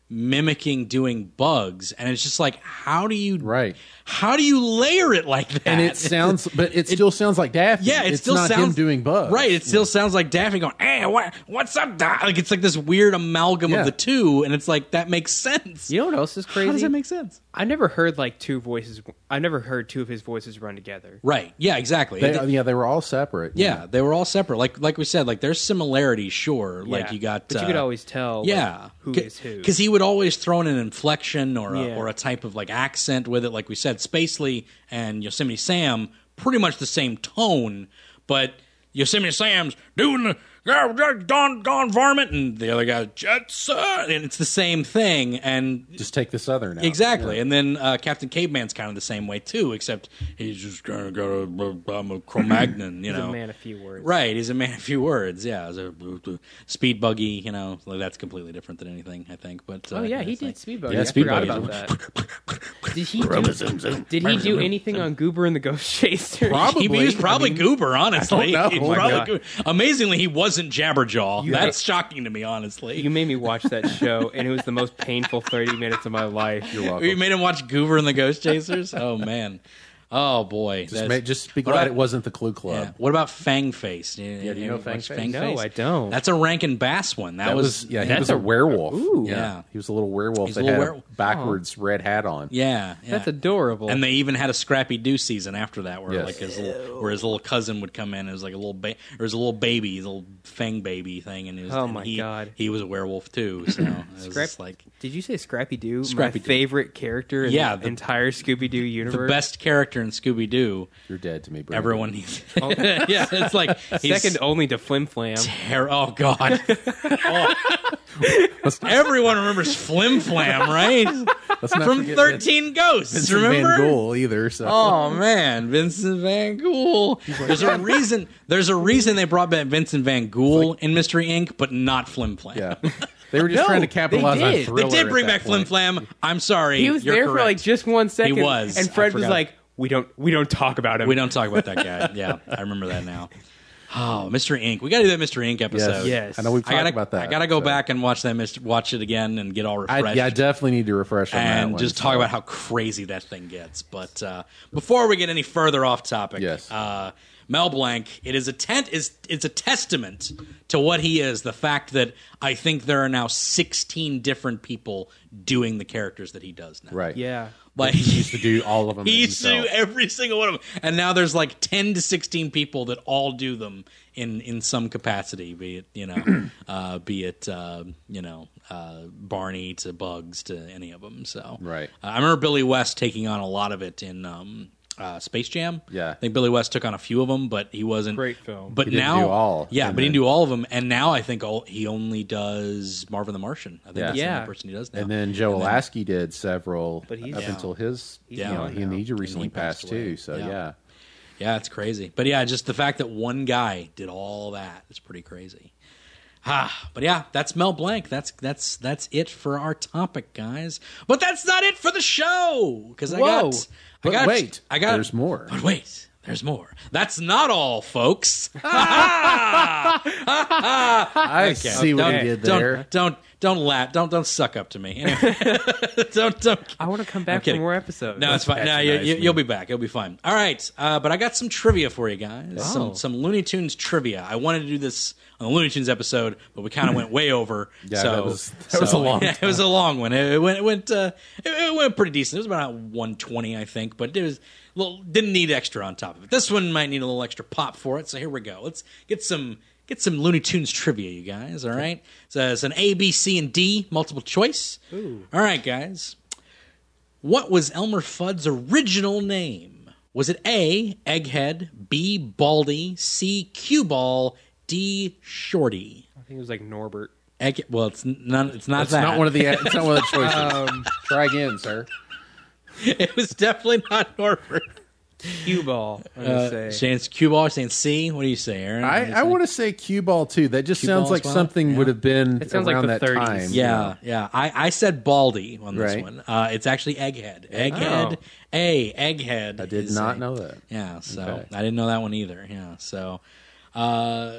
mimicking doing bugs, and it's just like, how do you Right. How do you layer it like that? and it sounds, but it, still sounds like Daffy. Yeah, it it's still not sounds him doing bugs, Right, it still sounds like Daffy going, "Hey, what, what's up, Doc?" Like it's like this weird amalgam Yeah. of the two, and it's like that makes sense. You know what else is crazy? How does that make sense? I never heard like two voices. I never heard two of his voices run together. Right. Yeah. Exactly. They, It- yeah, they were all separate. yeah, they were all separate. Like like we said, like there's similarities, sure. Like Yeah. you got, but uh, you could always tell. like, yeah, who C- is who? Because he would always throw in an inflection or a, Yeah. or a type of like accent with it. Like we said, Spacely and Yosemite Sam pretty much the same tone, but Yosemite Sam's doing the "Yeah, yeah, gone gone varmint, and the other guy Jetson, and it's the same thing. And just take the southern out. Exactly, and then uh, Captain Caveman's kind of the same way too, except he's just kind of got a I'm a Cro-Magnon, you He's know, a man of few words. Right, he's a man of few words. Yeah, he's a blue, blue- speed buggy. You know, like that's completely different than anything I think. But uh, Oh yeah, he it's did like- speedboat. Yeah, I Speed forgot Buggy. about that. Did he do, did he do anything on Goober and the Ghost Chaser? He Probably. was probably I mean, Goober, honestly. know. He Oh, my probably God. Goober. Amazingly, he wasn't Jabberjaw. You- That's shocking to me, honestly. You made me watch that show, and it was the most painful thirty minutes of my life. You're You made him watch Goober and the Ghost Chasers. oh man, oh boy. Just, That's- ma- just be What glad about- it wasn't the Clue Yeah. Club. What about Fang Face? Yeah, do you know Fang Face? No, I don't. That's a Rankin Bass one. That, That was, was, yeah. He that's was a, a- werewolf. Ooh. yeah. Yeah. he was a little werewolf. He's a that little had werewolf. a backwards red hat on. yeah, yeah. That's adorable. And they even had a Scrappy Doo season after that, where Yes. like his little, where his little cousin would come in. It was like a little ba- or his little baby, his little fang baby thing, and, it was, Oh and my he, God. he was a werewolf too. So it was just like Did you say Scrappy Doo? Scrappy-Doo. My favorite character in Yeah, the, the- entire Scooby Doo the universe. best character in Scooby Doo. You're dead to me, Brandon. Everyone needs. yeah, it's like he's Oh. second only to Flim Flam. Ter- oh God! Oh. Everyone remembers Flim Flam, right? Let's not From forget Thirteen Ghosts. Vincent remember? Van Gogh either. So Oh man, Vincent Van Gogh. There's a reason. There's a reason they brought back Vincent Van Gogh in Mystery Inc., but not Flim Flam. yeah, they were just No, trying to they capitalize on did. They Thriller. They did bring at that back Flim point. Flam. I'm sorry, He was you're there for correct. like just one second. was. and I Fred was forgot. like, "We don't, we don't talk about him. We don't talk about that guy. Yeah, I remember that now. Oh, Mystery Inc. We got to do that Mystery Inc. Yes. episode. Yes. I know we've I talked gotta, about that. I gotta go so. back and watch that. Mr. Watch it again and get all refreshed. I, yeah, I definitely need to refresh on that and one, just so. talk about how crazy that thing gets. But uh, before we get any further off topic, Yes. uh, Mel Blanc, it is a tent is it's a testament to what he is. The fact that I think there are now sixteen different people doing the characters that he does now. right. Yeah, like he used to do all of them. he used to do himself. every single one of them, and now there's like ten to sixteen people that all do them in in some capacity. Be it you know, uh, be it uh, you know, uh, Barney to Bugs to any of them. So Right. Uh, I remember Billy West taking on a lot of it in. Um, uh, Space Jam. Yeah. I think Billy West took on a few of them, but he wasn't Great film. But He didn't now, do all, yeah, and but he then- didn't do all of them. And now I think all, he only does Marvin the Martian. I think that's the Yeah. only person he does now. And then Joe Alasky did several But he's up down. until his, He's you down know, he, now. and he just recently he passed passed, too. away. So Yeah. yeah. Yeah, it's crazy. But yeah, just the fact that one guy did all that is pretty crazy. Ah, but yeah, that's Mel Blanc. That's that's that's it for our topic, guys. But that's not it for the show because I Whoa. got. I But got, wait, I got. there's more. But wait, there's more. That's not all, folks. I see what Don't- he did don't, there. Don't don't laugh. Don't don't suck up to me. Anyway. don't don't. I want to come I'm back for kidding. more episodes. No, it's fine. No, you, you, you'll be back. You'll be fine. All right, uh, but I got some trivia for you guys. Some some Looney Tunes trivia. I wanted to do this on the Looney Tunes episode, but we kind of went way over. Yeah, so that was- that was so- a long Yeah, it was a long one. It, it went it went uh, it, it went pretty decent. It was about one twenty, I think, but it was a little didn't need extra on top of it. This one might need a little extra pop for it. So here we go. Let's get some. Get some Looney Tunes trivia, you guys. All right, so it's an A, B, C, and D multiple choice. All right, guys. What was Elmer Fudd's original name? Was it A, Egghead, B, Baldy, C, Cue Ball, D, Shorty? I think it was like Norbert. Egg, well, it's n- none. It's not It's that. not one of the. It's not one of the choices. Um, Try again, sir. it was definitely not Norbert. Cue ball. I'm Uh, gonna say. Shane's Cue Ball. Shane's C. What do you say, Aaron? What I, do you I say? want to say cue ball too. That just Cue ball sounds as like well? something would have been It sounds like around the that 30s. time. Yeah, yeah. I, I said Baldy on this Right. one. Uh, it's actually Egghead. Egghead. Oh. A. Egghead. I did not know that. Yeah, so Okay. I didn't know that one either. Yeah, so uh,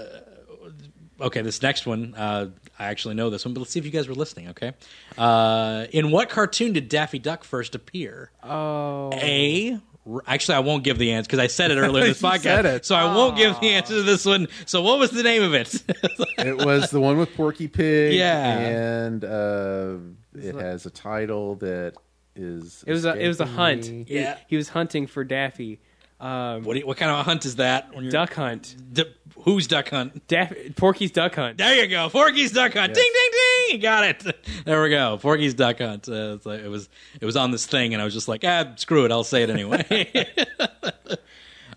okay, this next one, uh, I actually know this one, but let's see if you guys were listening, okay? Uh, in what cartoon did Daffy Duck first appear? Oh. A. r- Actually, I won't give the answer because I said it earlier in this You podcast. said it. So I won't give the answer to this one. So what was the name of it? It was the one with Porky Pig. Yeah. and uh, it has a title that is. It was a it was a hunt. escaping me. He- Yeah. he, was hunting for Daffy. Um, what, do you- what kind of a hunt is that? When you're, duck hunt. D- who's Duck Hunt? Daffy, Porky's duck hunt. There you go, Porky's Duck Hunt. Ding ding ding! You got it. There we go, Porky's Duck Hunt. Uh, it's like- it was it was on this thing, and I was just like, ah, screw it, I'll say it anyway.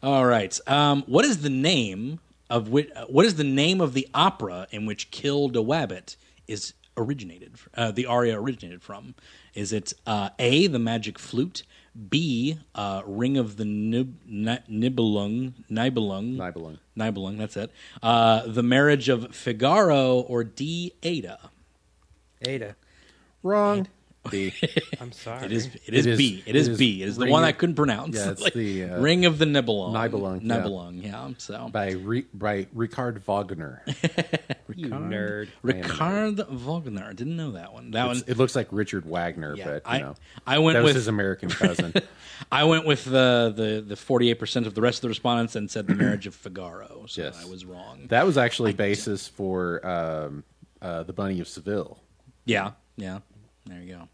All right. Um, what is the name of which, What is the name of the opera in which "Kill the Wabbit" is originated? Uh, the aria originated from? Is it uh, A. The Magic Flute? B. Uh, Ring of the Nib- Ni- Nibelung? Nibelung. Nibelung. Nibelung. That's it. Uh, the Marriage of Figaro or D. Ada. Ada. wrong. I'm sorry. It is. It is, It is- B. It it is, is B. It is the Ring one of- I couldn't pronounce. Yeah, it's the, uh, Ring of the Nibelung. Nibelung, yeah. Nibelung. Yeah. So. by Re- by Ricard Wagner. You nerd. Ricard Wagner. I didn't know that one. That It's- one. it looks like Richard Wagner, Yeah, but you I- know, I went that was with- his American cousin. I went with the the the forty eight percent of the rest of the respondents and said the marriage of Figaro. So Yes. I was wrong. that was actually basis for um, uh, the Bunny of Seville. yeah. Yeah. There you go.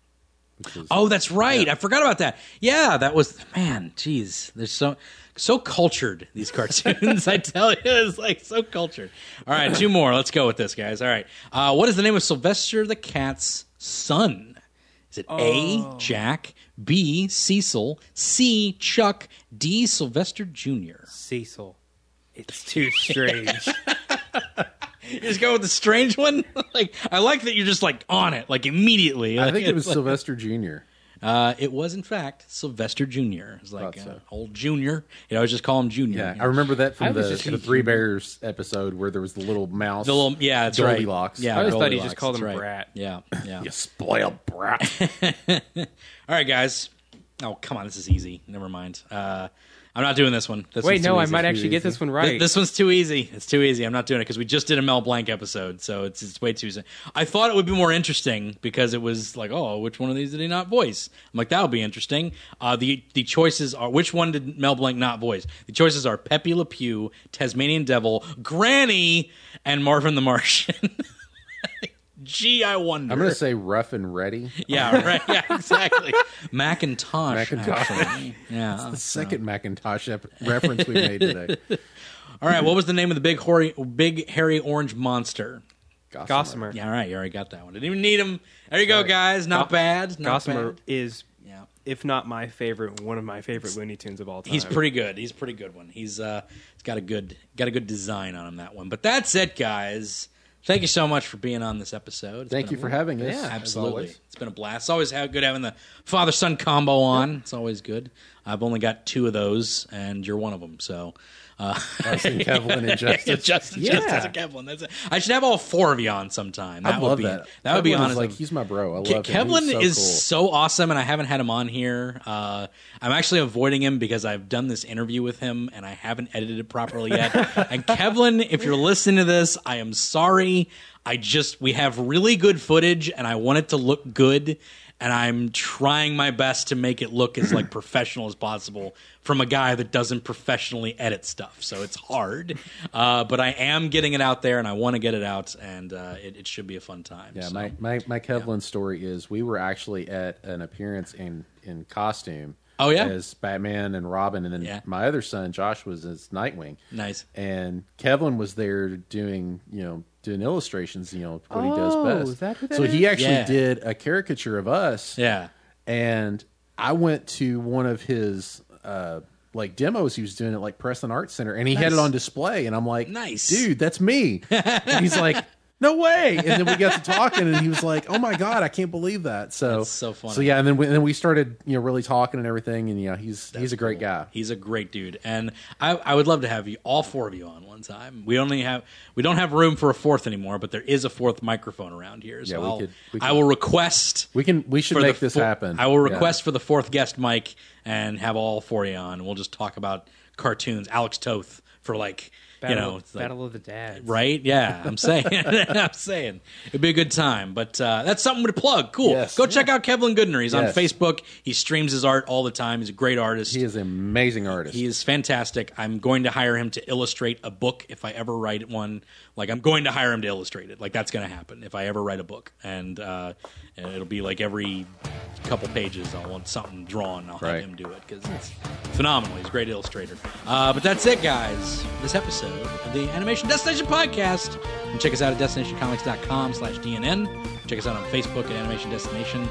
Which is, Oh, that's right. I forgot about that. Yeah, that was man. Jeez, they're so so cultured. These cartoons, I tell you, it's like so cultured. All right, two more. Let's go with this, guys. All right, uh, what is the name of Sylvester the cat's son? Is it A. Jack, B. Cecil, C. Chuck, D. Sylvester Jr. Cecil. It's too strange. You just go with the strange one. like I like that you're just like on it, like immediately. I Like, think it was it's like- Sylvester Jr. Uh, it was, in fact, Sylvester Jr. It's like Thought so. uh, old Junior. You know, I just call him Junior. Yeah, You know. I remember that I from the, was just the thinking- Three Bears episode where there was the little mouse. The little, yeah, that's right. Goldilocks. Yeah, I always thought he Goldilocks, just called that's him right. Brat. Yeah, yeah. you spoiled brat. All right, guys. Oh, come on, this is easy. Never mind. Uh, I'm not doing this one. This Wait, one's too no, I easy. might actually get this one Th- right. This one's too easy. It's too easy. I'm not doing it because we just did a Mel Blanc episode, so it's it's way too. easy. I thought it would be more interesting because it was like, oh, which one of these did he not voice? I'm like, that'll be interesting. Uh, the the choices are which one did Mel Blanc not voice? The choices are Pepe Le Pew, Tasmanian Devil, Granny, and Marvin the Martian. Gee, I wonder. I'm going to say rough and ready. yeah, right. Yeah, exactly. Macintosh. Macintosh. actually. Yeah. The second Macintosh ep- reference we made today. All right. What was the name of the big hoary, big hairy orange monster? Gossamer. Gossamer. Yeah, all right, you already got that one. Didn't even need him. There you go, guys. Not bad. Not Gossamer bad. is, Yeah. if not my favorite, one of my favorite Looney Tunes of all time. He's pretty good. He's a pretty good one. He's uh, he's got a good got a good design on him that one. But that's it, guys. Thank you so much for being on this episode. It's Thank been you a- for having us. as Absolutely, always. it's been a blast. It's always ha- good having the father son combo on. It's always good. I've only got two of those, and you're one of them. So. Uh, Us and Kevlin and Justin. Justin, Justin, Justin Kevlin. That's it. I should have all four of you on sometime. That I would love be that. that would be Kevlin is honest. Like he's my bro. I love Ke- him. Kevlin He's so is cool. so awesome, and I haven't had him on here. Uh, I'm actually avoiding him because I've done this interview with him and I haven't edited it properly yet. and Kevlin, if you're listening to this, I am sorry. I just we have really good footage, and I want it to look good. And I'm trying my best to make it look as like professional as possible from a guy that doesn't professionally edit stuff. So it's hard, uh, but I am getting it out there, and I want to get it out, and uh, it, it should be a fun time. Yeah, so. my, my, my Kevlin story is we were actually at an appearance in, in costume. Oh, yeah? As Batman and Robin. And then Yeah. my other son, Josh, was as Nightwing. Nice. And Kevlin was there doing, you know, doing illustrations, you know, what he does Oh, best. is that who that so he is? actually Yeah. did a caricature of us. yeah. And I went to one of his, uh, like demos he was doing at like Preston Arts Center and he had it on display and I'm like, Nice. dude, that's me. and he's like, no way. And then we got to talking and he was like, oh my God, I can't believe that. So, That's so funny. So yeah. And then we, and then we started, you know, really talking and everything. And, you know, he's, he's a great cool. guy. He's a great dude, and I, I would love to have you all four of you on one time. We only have we don't have room for a fourth anymore, but there is a fourth microphone around here. So Yeah, we I'll, could- we I could- will request We can, we should for the make this four- happen. I will Yeah. request for the fourth guest mic and have all four of you on. We'll just talk about cartoons. Alex Toth for like Battle, know, of, it's like- Battle of the Dads. Right? Yeah, I'm saying. I'm saying. It'd be a good time. But uh, that's something to plug. Cool. Yes. Go check out Kevlin Goodner. He's Yes. on Facebook. He streams his art all the time. He's a great artist. He is an amazing artist. He is fantastic. I'm going to hire him to illustrate a book if I ever write one. Like I'm going to hire him to illustrate it. Like that's going to happen if I ever write a book, and uh, and it'll be like every couple pages I want something drawn. I'll Right. have him do it because it's phenomenal. He's a great illustrator. Uh, but that's it, guys. This episode of the Animation Destination Podcast. And check us out at destinationcomics.com/dnn. Check us out on Facebook at Animation Destination. You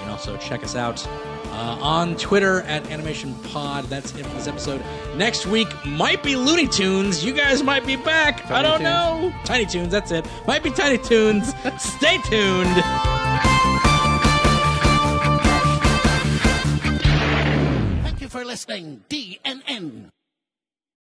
can also check us out uh, on Twitter at Animation Pod. That's it for this episode. Next week might be Looney Tunes. You guys might be back. I don't know. Tiny Tunes. That's it. Might be Tiny Tunes. Stay tuned. Thank you for listening, DNN.